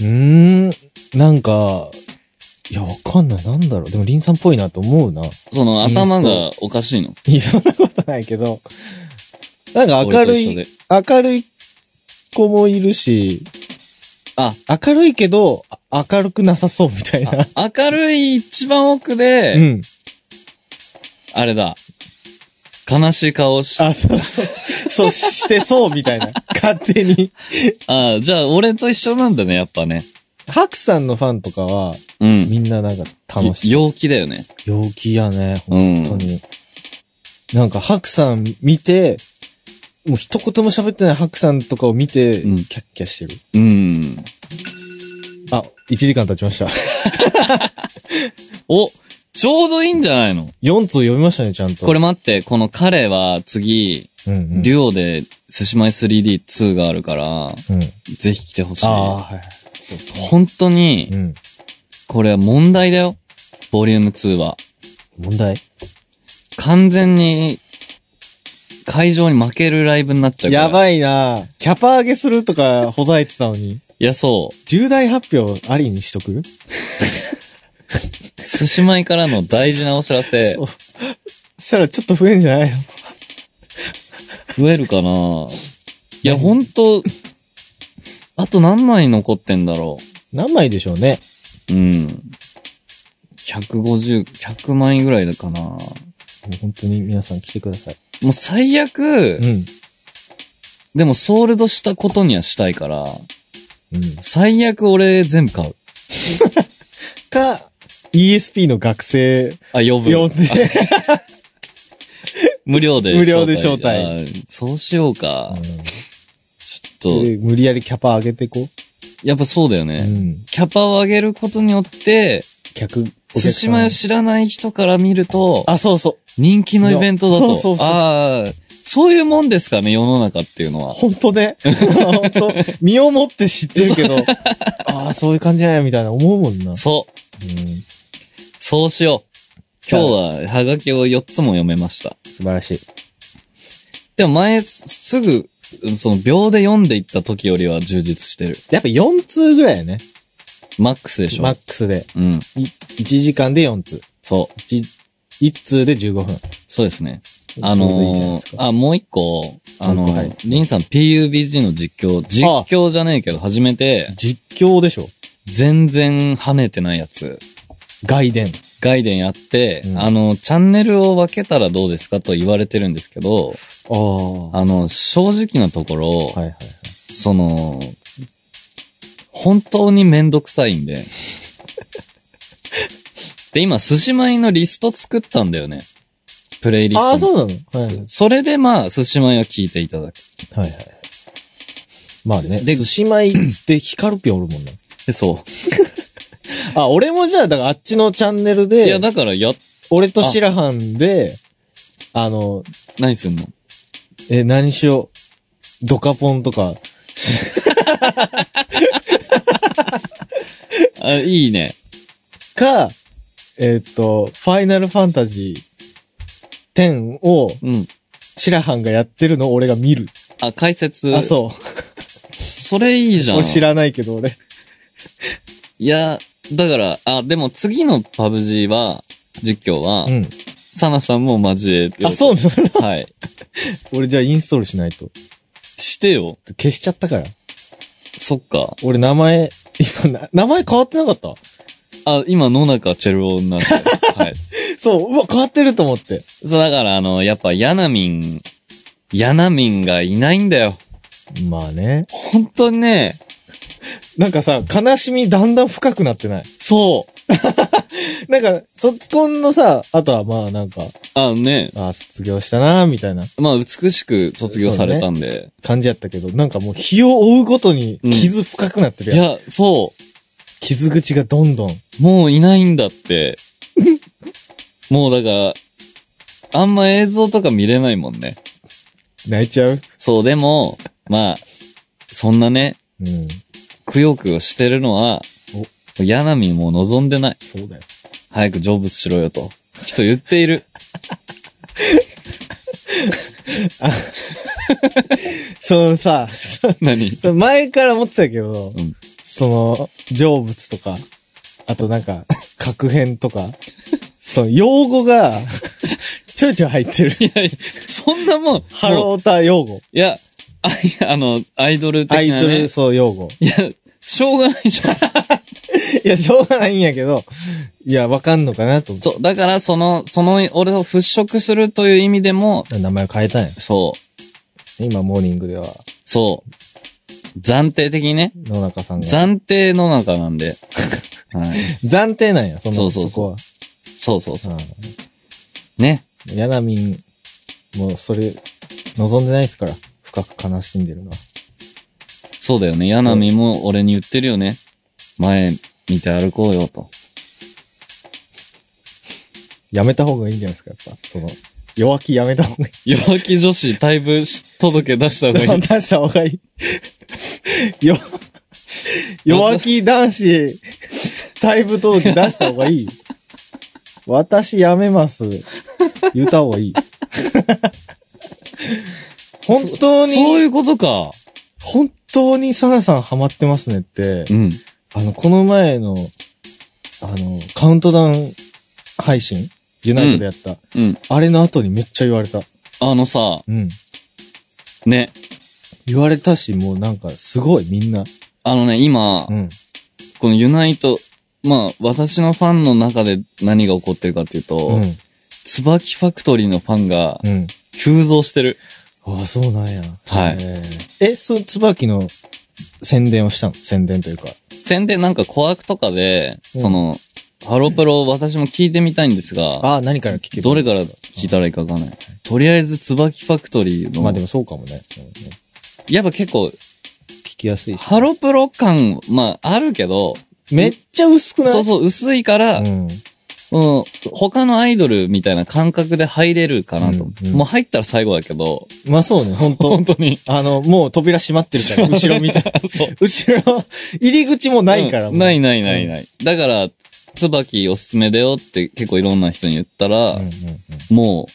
[SPEAKER 2] うーん、なんか、いや、わかんない。なんだろう。でも、リンさんっぽいなと思うな。
[SPEAKER 1] その
[SPEAKER 2] インスタ
[SPEAKER 1] 頭がおかしいの。
[SPEAKER 2] いやそんなことないけど。なんか明る
[SPEAKER 1] 俺と
[SPEAKER 2] い、
[SPEAKER 1] 一緒で
[SPEAKER 2] 明るい子もいるし、
[SPEAKER 1] あ、
[SPEAKER 2] 明るいけど、あ明るくなさそうみたいな。
[SPEAKER 1] あ明るい一番奥で、
[SPEAKER 2] うん。
[SPEAKER 1] あれだ。悲しい顔し、あ
[SPEAKER 2] あ、そうそう。そうしてそうみたいな。勝手に。
[SPEAKER 1] あ、じゃあ俺と一緒なんだね、やっぱね。
[SPEAKER 2] ハクさんのファンとかは、
[SPEAKER 1] うん。
[SPEAKER 2] みんななんか楽しい。
[SPEAKER 1] 陽気だよね。
[SPEAKER 2] 陽気やね、
[SPEAKER 1] う
[SPEAKER 2] 本
[SPEAKER 1] ん。
[SPEAKER 2] 当に。なんか、ハクさん見て、もう一言も喋ってないハクさんとかを見て、キ
[SPEAKER 1] う
[SPEAKER 2] ャ
[SPEAKER 1] ん
[SPEAKER 2] ッキャしてる。
[SPEAKER 1] うん。
[SPEAKER 2] あ、1時間経ちました。
[SPEAKER 1] お、ちょうどいいんじゃないの
[SPEAKER 2] 4通読みましたね、ちゃんと。
[SPEAKER 1] これ待って、この彼は次、
[SPEAKER 2] うんうん、
[SPEAKER 1] デュオで寿司米 3D2 があるから、
[SPEAKER 2] うん。
[SPEAKER 1] ぜひ来てほしい。
[SPEAKER 2] ああ、はい。
[SPEAKER 1] 本当に
[SPEAKER 2] う、ん。
[SPEAKER 1] これは問題だよ。ボリューム2は。
[SPEAKER 2] 問題
[SPEAKER 1] 完全に、会場に負けるライブになっちゃうから。
[SPEAKER 2] や
[SPEAKER 1] い。
[SPEAKER 2] ばいなキャパ上げするとか、ほざいてたのに。
[SPEAKER 1] いや、そう。
[SPEAKER 2] 重大発表ありにしとく
[SPEAKER 1] 寿司米からの大事なお知らせ
[SPEAKER 2] そ、う。したらちょっと増えんじゃないの
[SPEAKER 1] 増えるかないや、本当あと何枚残ってんだろ
[SPEAKER 2] 何枚でしょうね。
[SPEAKER 1] う。うん。150、100枚ぐらいだかなも
[SPEAKER 2] もう本当に皆さん来てください。
[SPEAKER 1] う最悪、
[SPEAKER 2] ん。
[SPEAKER 1] でもソールドしたことにはしたいから、
[SPEAKER 2] うん。
[SPEAKER 1] 最悪俺全部買う。
[SPEAKER 2] か、ESP の学生
[SPEAKER 1] あ、呼ぶ。
[SPEAKER 2] 呼んで、
[SPEAKER 1] 無料で。
[SPEAKER 2] 無料で招待
[SPEAKER 1] あーそうしようか。ちょっと、
[SPEAKER 2] で無理やりキャパ上げてこ
[SPEAKER 1] やっぱそうだよ
[SPEAKER 2] う。
[SPEAKER 1] ね。
[SPEAKER 2] ん。
[SPEAKER 1] キャパを上げることによって、
[SPEAKER 2] 客、お客
[SPEAKER 1] 寿司前を知らない人から見ると、
[SPEAKER 2] あ、そうそう。
[SPEAKER 1] 人気のイベントだと。
[SPEAKER 2] そうそうそう
[SPEAKER 1] ああ、そういうもんですかね、世の中っていうのは。
[SPEAKER 2] 本当 ね。本当身をもって知ってるけど、 ああ、そういう感じなんや、みたいな思うもんな。
[SPEAKER 1] そう、
[SPEAKER 2] うん。素
[SPEAKER 1] そうしよう。今日は、ハガキを4つも読めました。
[SPEAKER 2] 晴らしい。
[SPEAKER 1] でも前、すぐ、その秒で読んでいった時よりは充実してる。
[SPEAKER 2] やっぱ4通ぐらいやね。
[SPEAKER 1] マックスでしょ。
[SPEAKER 2] マックスで。
[SPEAKER 1] うん。
[SPEAKER 2] い1時間で4通。
[SPEAKER 1] そう。
[SPEAKER 2] 1, 1通で15分。
[SPEAKER 1] そうですね。あ
[SPEAKER 2] ちょうどいいじゃない
[SPEAKER 1] の
[SPEAKER 2] です
[SPEAKER 1] ー
[SPEAKER 2] か
[SPEAKER 1] あ、もう一個、あ
[SPEAKER 2] もう
[SPEAKER 1] の
[SPEAKER 2] 一個はい
[SPEAKER 1] ー、リンさん PUBG の実況、実況じゃねえけど、初めて、
[SPEAKER 2] 実況でしょ
[SPEAKER 1] 全然跳ねてないやつ、
[SPEAKER 2] 外伝。
[SPEAKER 1] ガイデンやって、
[SPEAKER 2] うん
[SPEAKER 1] あの、チャンネルを分けたらどうですかと言われてるんですけど、
[SPEAKER 2] ああ。は
[SPEAKER 1] あの、正直なところ、
[SPEAKER 2] いはいはい。
[SPEAKER 1] その、本当にめんどくさいん で。で、今、寿司米のリスト作ったんだよね。プレイリストの。
[SPEAKER 2] ああ、そうなのはい。はい
[SPEAKER 1] それでまあ、寿司米は聞いていただく。
[SPEAKER 2] はい。まあね。で、
[SPEAKER 1] で
[SPEAKER 2] 寿司米ってヒカルピンおるもんな。
[SPEAKER 1] でそ
[SPEAKER 2] あ、俺もじゃあ、だからあっちのチャンネル
[SPEAKER 1] う。いや、
[SPEAKER 2] で、
[SPEAKER 1] だから、や、
[SPEAKER 2] 俺とシラハンで、あの、
[SPEAKER 1] 何すんの
[SPEAKER 2] え、何しよう。ドカポンとか、
[SPEAKER 1] あ、いいね。
[SPEAKER 2] か、えっと、ファイナルファンタジー10を、
[SPEAKER 1] うん。
[SPEAKER 2] シラハンがやってるのを俺が見る。
[SPEAKER 1] あ、解説。
[SPEAKER 2] あ、そう。
[SPEAKER 1] それいいじゃん。
[SPEAKER 2] 俺知らないけど、俺。
[SPEAKER 1] いや、だから、あ、でも次のパブ G は、実況は、
[SPEAKER 2] うん。
[SPEAKER 1] サナさんも交えて。
[SPEAKER 2] あ、そうなの
[SPEAKER 1] うはい。
[SPEAKER 2] 俺じゃあインストールしないと。
[SPEAKER 1] してよ。
[SPEAKER 2] 消しちゃったから。
[SPEAKER 1] そっか。
[SPEAKER 2] 俺名前、今な、名前変わってなかった
[SPEAKER 1] あ、今、野中チェルオにな ってる。はい。
[SPEAKER 2] そう、うわ、変わってると思って。
[SPEAKER 1] そう、だから、あの、やっぱ、ヤナミン、ヤナミンがいないんだよ。
[SPEAKER 2] まあね。
[SPEAKER 1] 本当にね、
[SPEAKER 2] なんかさ、悲しみだんだん深くなってない。
[SPEAKER 1] そう。
[SPEAKER 2] なんか、卒コンのさ、あとはまあなんか、
[SPEAKER 1] あのね、
[SPEAKER 2] ああ、卒業したなーみたいな
[SPEAKER 1] まあ、美しく卒業されたんで。
[SPEAKER 2] 感じやったけど、なんかもう日を追うごとに
[SPEAKER 1] うん
[SPEAKER 2] 傷深くなってる
[SPEAKER 1] い
[SPEAKER 2] やん。
[SPEAKER 1] や、そう。
[SPEAKER 2] 傷口がどんどん。
[SPEAKER 1] もういないんだ って。もうだから、あんま映像とか見れないもんね。
[SPEAKER 2] 泣いちゃう
[SPEAKER 1] そう、でも、まあ、そんなね、
[SPEAKER 2] ううん。
[SPEAKER 1] くよくよしてるのは、ヤナミもう望んでない。
[SPEAKER 2] そうだよ。
[SPEAKER 1] 早く成仏しろよと。人言っている。
[SPEAKER 2] そのさ、
[SPEAKER 1] 何
[SPEAKER 2] その前から思ってたけど、
[SPEAKER 1] うん
[SPEAKER 2] その、成仏とか、あとなんか、格変とか、その用語が、ちょいちょい入ってる。
[SPEAKER 1] いやいや、そんなもん、
[SPEAKER 2] ハ
[SPEAKER 1] もう
[SPEAKER 2] ロータ用語。
[SPEAKER 1] いや、あ、いやあの、アイドル
[SPEAKER 2] ア
[SPEAKER 1] 的
[SPEAKER 2] イ
[SPEAKER 1] な
[SPEAKER 2] ド
[SPEAKER 1] ね
[SPEAKER 2] ル、。そう、用語。
[SPEAKER 1] いや、しょうがないじゃん。
[SPEAKER 2] いや、しょうがないんやけど、いや、わかんのかなと思っ て。
[SPEAKER 1] そう、だから、その、その、俺を払拭するという意味でも、
[SPEAKER 2] 名前を変えたんや。
[SPEAKER 1] そう、
[SPEAKER 2] 今、モーニングでは、
[SPEAKER 1] そう、暫定的にね、
[SPEAKER 2] 野中さんが。
[SPEAKER 1] 暫定の中なんで、 はい。
[SPEAKER 2] 暫定なんや、その、
[SPEAKER 1] そうそうそう
[SPEAKER 2] そこは。
[SPEAKER 1] そうそうそう。
[SPEAKER 2] うん
[SPEAKER 1] ね。
[SPEAKER 2] ヤナミン、もうそれ、望んでないですから、深く悲しんでるのは。
[SPEAKER 1] そうだよね。ヤナミも俺に言ってるよね。前、見て歩こうよ、と。
[SPEAKER 2] やめた方がいいんじゃないですか、やっぱ。その、弱気やめた方がい
[SPEAKER 1] 弱気女子、だいぶし届け出した 方がい
[SPEAKER 2] い。
[SPEAKER 1] い。
[SPEAKER 2] 出した方がいい。よ、弱気男子、タイプ届け出した方がいい。私やめます。言った 方がいい。本
[SPEAKER 1] そ
[SPEAKER 2] 当
[SPEAKER 1] うい
[SPEAKER 2] に、
[SPEAKER 1] うことか。
[SPEAKER 2] 本当にサナさんハマってますねって、
[SPEAKER 1] うん。
[SPEAKER 2] あの、この前の、あの、カウントダウン配信、ユナイトでやった、
[SPEAKER 1] うん。
[SPEAKER 2] あれの後にめっちゃ言われた。
[SPEAKER 1] あのさ、
[SPEAKER 2] うん。
[SPEAKER 1] ね。
[SPEAKER 2] 言われたし、もうなんか、すごい、みんな。
[SPEAKER 1] あのね、今、
[SPEAKER 2] うん。
[SPEAKER 1] このユナイト、まあ、私のファンの中で何が起こってるかっていうと、
[SPEAKER 2] うん。
[SPEAKER 1] 椿ファクトリーのファンが
[SPEAKER 2] うん。
[SPEAKER 1] 急増してる。
[SPEAKER 2] ああ、そうなんや。
[SPEAKER 1] はい
[SPEAKER 2] えー。え、その、椿の宣伝をしたの宣伝というか。
[SPEAKER 1] 宣伝なんか小悪とかで、
[SPEAKER 2] うん
[SPEAKER 1] その、ハロプロ私も聞いてみたいんですが、
[SPEAKER 2] ああ、何から聞ける
[SPEAKER 1] どれから聞いたらいいかわかんない。とりあえず椿ファクトリーの、
[SPEAKER 2] まあでもそうかもね。うんうん
[SPEAKER 1] やっぱ結構、
[SPEAKER 2] 聞きやすいし。
[SPEAKER 1] ハロプロ感、まあ、あるけど、
[SPEAKER 2] めっちゃ薄くない
[SPEAKER 1] そうそう、薄いから、
[SPEAKER 2] う
[SPEAKER 1] う
[SPEAKER 2] ん。
[SPEAKER 1] ん、他のアイドルみたいな感覚で入れるかなと思う。
[SPEAKER 2] うんうん
[SPEAKER 1] もう入ったら最後だけど、
[SPEAKER 2] まあそうね、本当
[SPEAKER 1] 本当に。
[SPEAKER 2] あの、もう扉閉まってるから、後ろ見たら。
[SPEAKER 1] そう。
[SPEAKER 2] 後ろ、入り口もないから。
[SPEAKER 1] うんない
[SPEAKER 2] ね。
[SPEAKER 1] ないないない。だから、椿おすすめだよって結構いろんな人に言ったら、
[SPEAKER 2] うんうんうん。
[SPEAKER 1] もう、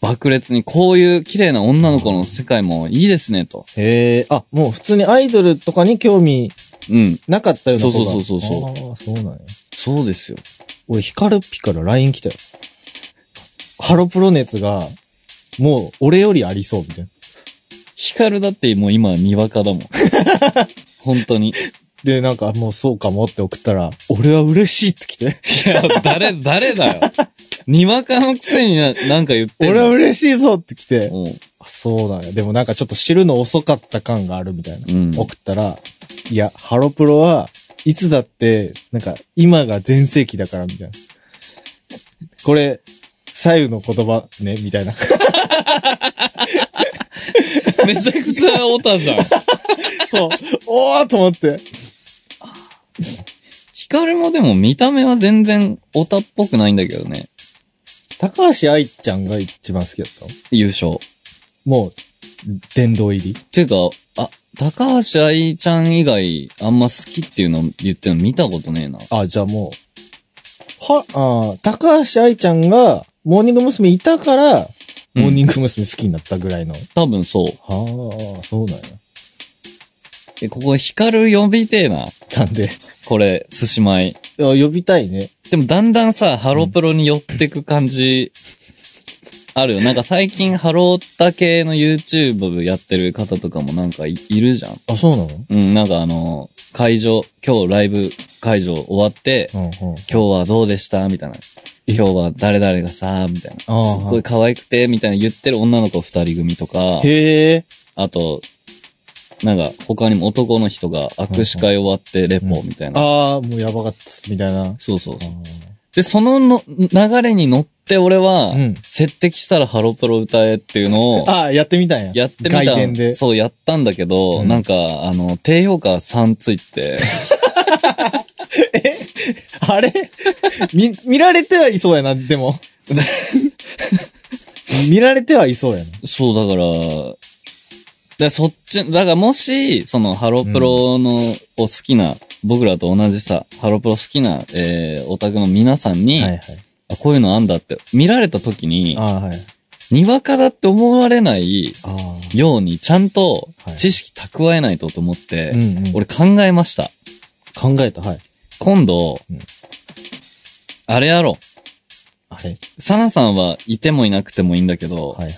[SPEAKER 1] 爆裂にこういう綺麗な女の子の世界もいいですね、と。
[SPEAKER 2] へえ、あ、もう普通にアイドルとかに興味
[SPEAKER 1] うん。
[SPEAKER 2] なかったような子が
[SPEAKER 1] そうそうそうそう
[SPEAKER 2] ああ、そうなんや。
[SPEAKER 1] そうですよ。
[SPEAKER 2] 俺、ヒカルピから LINE 来たよ。ハロプロ熱が、もう、俺よりありそう、みたいな。
[SPEAKER 1] ヒカルだってもう今にわかだもん。 本当に。い
[SPEAKER 2] で、なんか、もうそうかもって送ったら、俺は嬉しいって来て。
[SPEAKER 1] や、誰、誰だよ。にわかのくせにななんか言ってん
[SPEAKER 2] 俺
[SPEAKER 1] の
[SPEAKER 2] は嬉しいぞって来て。
[SPEAKER 1] う
[SPEAKER 2] あそうなんや。でもなんかちょっと知るの遅かった感があるみたいな。
[SPEAKER 1] ん。うん。
[SPEAKER 2] 送ったら、いや、ハロプロはいつだって、なんか、今が全盛期だから、みたいな。これ、左右の言葉ね、みたいな。
[SPEAKER 1] めちゃくちゃオタじゃん。
[SPEAKER 2] そう。おーと思って。
[SPEAKER 1] ヒカルもでも見た目は全然オタっぽくないんだけどね。
[SPEAKER 2] 高橋愛ちゃんが一番好きだったの
[SPEAKER 1] 優勝。
[SPEAKER 2] もう、殿堂入り。
[SPEAKER 1] ていうか、あ、高橋愛ちゃん以外、あんま好きっていうの言ってるの見たことねえな。
[SPEAKER 2] あ、じゃあもう、は、あー高橋愛ちゃんが、モーニング娘。いたから、
[SPEAKER 1] うん
[SPEAKER 2] モーニング娘。好きになったぐらいの。
[SPEAKER 1] 多分そう。
[SPEAKER 2] はあ、そうなんや。
[SPEAKER 1] え、ここヒカル呼びてえな。
[SPEAKER 2] なんで、
[SPEAKER 1] これ、寿司米。
[SPEAKER 2] あ呼びたいね。
[SPEAKER 1] でもだんだんさ、ハロプロに寄ってく感じ、あるよ。なんか最近ハロータ系の YouTube やってる方とかもなんかいいるじゃん。
[SPEAKER 2] あ、そうなの
[SPEAKER 1] うん、なんかあの、会場、今日ライブ会場終わって、
[SPEAKER 2] うんうん。
[SPEAKER 1] 今日はどうでしたみたいな。今日は誰々がさ、みたい
[SPEAKER 2] あ
[SPEAKER 1] な。
[SPEAKER 2] ー
[SPEAKER 1] すっごい可愛くて、みたいな言ってる女の子二人組とか、
[SPEAKER 2] へえ。
[SPEAKER 1] あと、なんか他にも男の人が握手会終わってレポみたいな。
[SPEAKER 2] ああ、もうやばかったっす、みたいな。
[SPEAKER 1] そうそうそう。で、そのの流れに乗って俺は、
[SPEAKER 2] うん
[SPEAKER 1] 接敵したらハロプロ歌えっていうのを、
[SPEAKER 2] ああ、やってみたんや。
[SPEAKER 1] やってみた
[SPEAKER 2] 外伝で。
[SPEAKER 1] そう、やったんだけど、
[SPEAKER 2] うん
[SPEAKER 1] なんか、あの、低評価3つい って、
[SPEAKER 2] あれ 見、見られてはいそうやな、でも。見られてはいそうやな。
[SPEAKER 1] そうだから、らそっち、だからもし、そのハロプロの、を好きな、僕らと同じさ、ハロプロ好きな、えー、オタクの皆さんに、
[SPEAKER 2] はいはい。
[SPEAKER 1] あこういうのあんだって、見られた時に
[SPEAKER 2] あ、あ、はい。
[SPEAKER 1] にわかだって思われない
[SPEAKER 2] ああ。
[SPEAKER 1] ように、ちゃんと
[SPEAKER 2] はい
[SPEAKER 1] 知識蓄えないとと思って、
[SPEAKER 2] うんうん
[SPEAKER 1] 俺考えました。
[SPEAKER 2] 考えた、はい。
[SPEAKER 1] 今度、
[SPEAKER 2] うん
[SPEAKER 1] あれやろう。
[SPEAKER 2] あれ
[SPEAKER 1] サナさんはいてもいなくてもいいんだけど、
[SPEAKER 2] はいはい。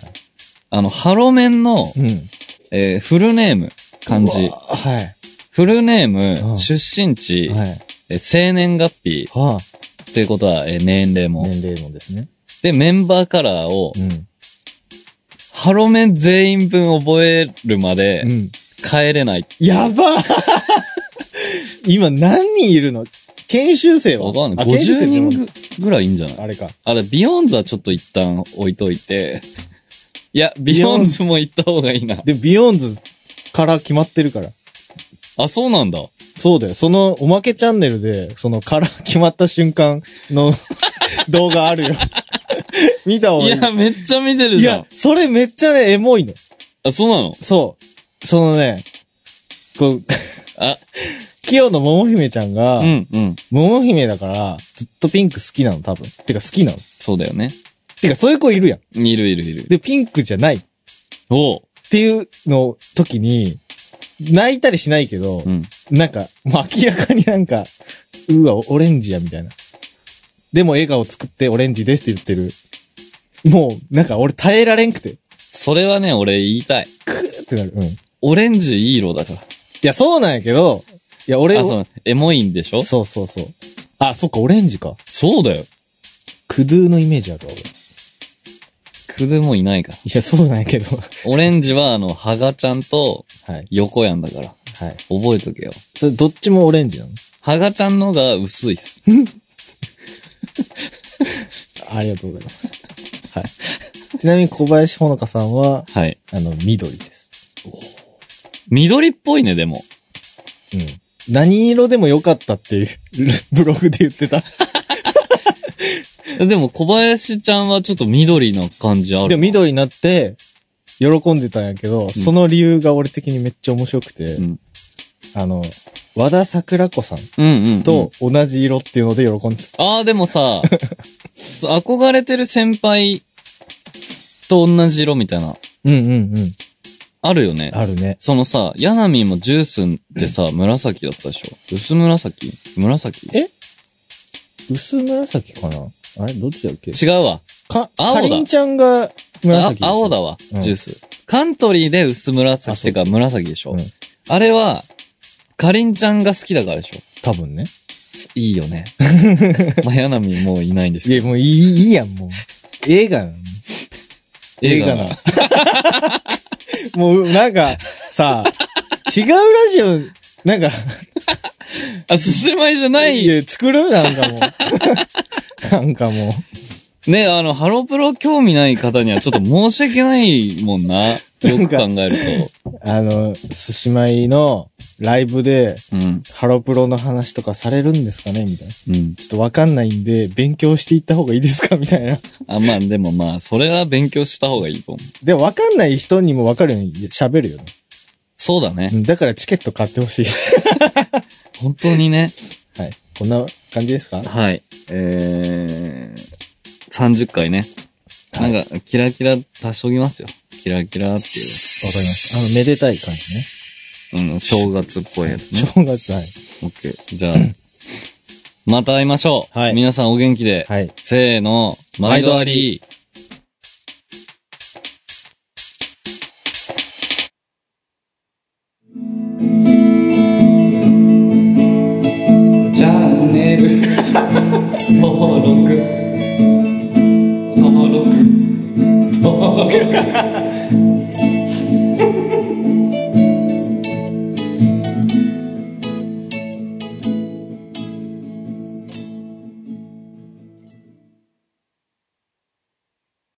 [SPEAKER 1] あの、ハロメンの、
[SPEAKER 2] うん。
[SPEAKER 1] えーフルネーム、漢
[SPEAKER 2] う
[SPEAKER 1] 字
[SPEAKER 2] わ。は
[SPEAKER 1] フルネーム、
[SPEAKER 2] うん
[SPEAKER 1] 出身地、
[SPEAKER 2] い。はい。
[SPEAKER 1] えー生年月日
[SPEAKER 2] は
[SPEAKER 1] っていうことは、えー年齢
[SPEAKER 2] あ、
[SPEAKER 1] も、
[SPEAKER 2] 年齢もですね。
[SPEAKER 1] で、メンバーカラーを、
[SPEAKER 2] うん。
[SPEAKER 1] ハロメン全員分覚えるまで
[SPEAKER 2] うん。
[SPEAKER 1] 帰れない。
[SPEAKER 2] やば今何人いるの研修生は
[SPEAKER 1] わかんない。
[SPEAKER 2] あ研修
[SPEAKER 1] 50
[SPEAKER 2] 生で
[SPEAKER 1] 人
[SPEAKER 2] も
[SPEAKER 1] ぐぐらいいんじゃない
[SPEAKER 2] あれか。
[SPEAKER 1] あ、で、ビヨンズはちょっと一旦置いといて、いや、ビヨンズも行った方がいいな。
[SPEAKER 2] で、ビヨーンズから決まってるから。
[SPEAKER 1] あ、そうなんだ。
[SPEAKER 2] そうだよ。そのおまけチャンネルで、そのから決まった瞬間 の動画あるよ。 見た方が
[SPEAKER 1] い
[SPEAKER 2] いい。
[SPEAKER 1] や、めっちゃ見てる
[SPEAKER 2] い
[SPEAKER 1] じゃ
[SPEAKER 2] や
[SPEAKER 1] ん、。
[SPEAKER 2] それめっちゃね、エモいの。
[SPEAKER 1] あ、そうなの
[SPEAKER 2] そう。そのね、こう、
[SPEAKER 1] あ、
[SPEAKER 2] 清野桃姫ちゃんが、
[SPEAKER 1] うん、うん。
[SPEAKER 2] 桃姫だから、ずっとピンク好きなの、多分。てか好きなの。
[SPEAKER 1] そうだよね。
[SPEAKER 2] てかそういう子いるやん。
[SPEAKER 1] いるいるいる。
[SPEAKER 2] で、ピンクじゃないっ
[SPEAKER 1] おう。
[SPEAKER 2] ていうの時に、泣いたりしないけど
[SPEAKER 1] う、ん。
[SPEAKER 2] なんか、もう明らかになんか、うわ、オレンジや、みたいな。でも笑顔作ってオレンジですって言ってる。もう、なんか俺耐えられんくて、
[SPEAKER 1] それはね、俺言いたい。
[SPEAKER 2] ってなる。うん。い
[SPEAKER 1] オレンジいい色だから。
[SPEAKER 2] や、そうなんやけど、いや、俺
[SPEAKER 1] あ、そう、エモいんでしょそ
[SPEAKER 2] そうそうそう。あ、そっか、オレンジか。
[SPEAKER 1] うだよ。
[SPEAKER 2] クドゥのイメージあるわ、俺。い
[SPEAKER 1] クズもいないから。
[SPEAKER 2] や、そうなんやけど。
[SPEAKER 1] オレンジは、あの、ハガちゃんと
[SPEAKER 2] はい。
[SPEAKER 1] 横やんだから。
[SPEAKER 2] はい。
[SPEAKER 1] 覚えとけよ。
[SPEAKER 2] それ、どっちもオレンジなの
[SPEAKER 1] ハガちゃんのが薄いっす。
[SPEAKER 2] ありがとうございます。はい。ちなみに小林ほのかさんは、
[SPEAKER 1] はい。
[SPEAKER 2] あの、緑です。
[SPEAKER 1] 緑っぽいね、でも。
[SPEAKER 2] うん。何色でもよかったっていう ブログで言ってた。
[SPEAKER 1] でも、小林ちゃんはちょっと緑の感じある。
[SPEAKER 2] でも緑になって、喜んでたんやけど、その理由が俺的にめっちゃ面白くて、
[SPEAKER 1] うん。
[SPEAKER 2] あの、和田桜子さん
[SPEAKER 1] うんうん、うん。
[SPEAKER 2] と同じ色っていうので喜んでた。
[SPEAKER 1] ああ、でも さ、そう憧れてる先輩と同じ色みたいな、
[SPEAKER 2] うんうんうん。
[SPEAKER 1] あるよね。
[SPEAKER 2] あるね。
[SPEAKER 1] そのさ、ヤナミもジュースってさ、紫だったでしょ薄紫紫
[SPEAKER 2] え薄紫かなあれどっちだっけ
[SPEAKER 1] 違うわ。
[SPEAKER 2] か、
[SPEAKER 1] 青
[SPEAKER 2] か
[SPEAKER 1] だ
[SPEAKER 2] りんちゃんが紫でしょ。
[SPEAKER 1] あ青だわ、
[SPEAKER 2] うん
[SPEAKER 1] ジュース。カントリーで薄紫
[SPEAKER 2] あ
[SPEAKER 1] っ
[SPEAKER 2] そう
[SPEAKER 1] てか紫でしょ、
[SPEAKER 2] うん
[SPEAKER 1] あれは、カリンちゃんが好きだからでしょ
[SPEAKER 2] 多分ね。
[SPEAKER 1] いいよ ね。まあ、ヤナミもういないんです
[SPEAKER 2] い
[SPEAKER 1] け
[SPEAKER 2] や、
[SPEAKER 1] ど。
[SPEAKER 2] もういい、いいやん、もう。映画なの映画な
[SPEAKER 1] な。
[SPEAKER 2] もう、なんか、さ、違うラジオ、なんか、
[SPEAKER 1] あ、すすまいじゃない。
[SPEAKER 2] や作るなんかもう。なんかも
[SPEAKER 1] ね、あの、ハロプロ興味ない方にはちょっと申し訳ないもん な。よく考える
[SPEAKER 2] う、あの、すしまいのライブで、
[SPEAKER 1] と。うん。
[SPEAKER 2] ハロプロの話とかされるんですかねみたいな。
[SPEAKER 1] うん。
[SPEAKER 2] ちょっとわかんないんで、勉強していった方がいいですかみたいな。
[SPEAKER 1] あ、まあ、でもまあ、それは勉強した方がいいと思う。
[SPEAKER 2] でも、わかんない人にもわかるように喋るよね。
[SPEAKER 1] そうだね
[SPEAKER 2] う。んだからチケット買ってほしい。
[SPEAKER 1] 本当にね。
[SPEAKER 2] はい。こんな感じですか
[SPEAKER 1] はい。えー、30回ね。なんか、キラキラ足しときますよ。キラキラってい
[SPEAKER 2] わかりました。あの、めでたい感じね。
[SPEAKER 1] う。うん、正月っぽいやつね。
[SPEAKER 2] 正月、はい。
[SPEAKER 1] オッケー。 じゃあ、また会いましょう。
[SPEAKER 2] はい
[SPEAKER 1] 皆さんお元気で。
[SPEAKER 2] はい。
[SPEAKER 1] せーの、毎度あり。チャンネル登録登録登録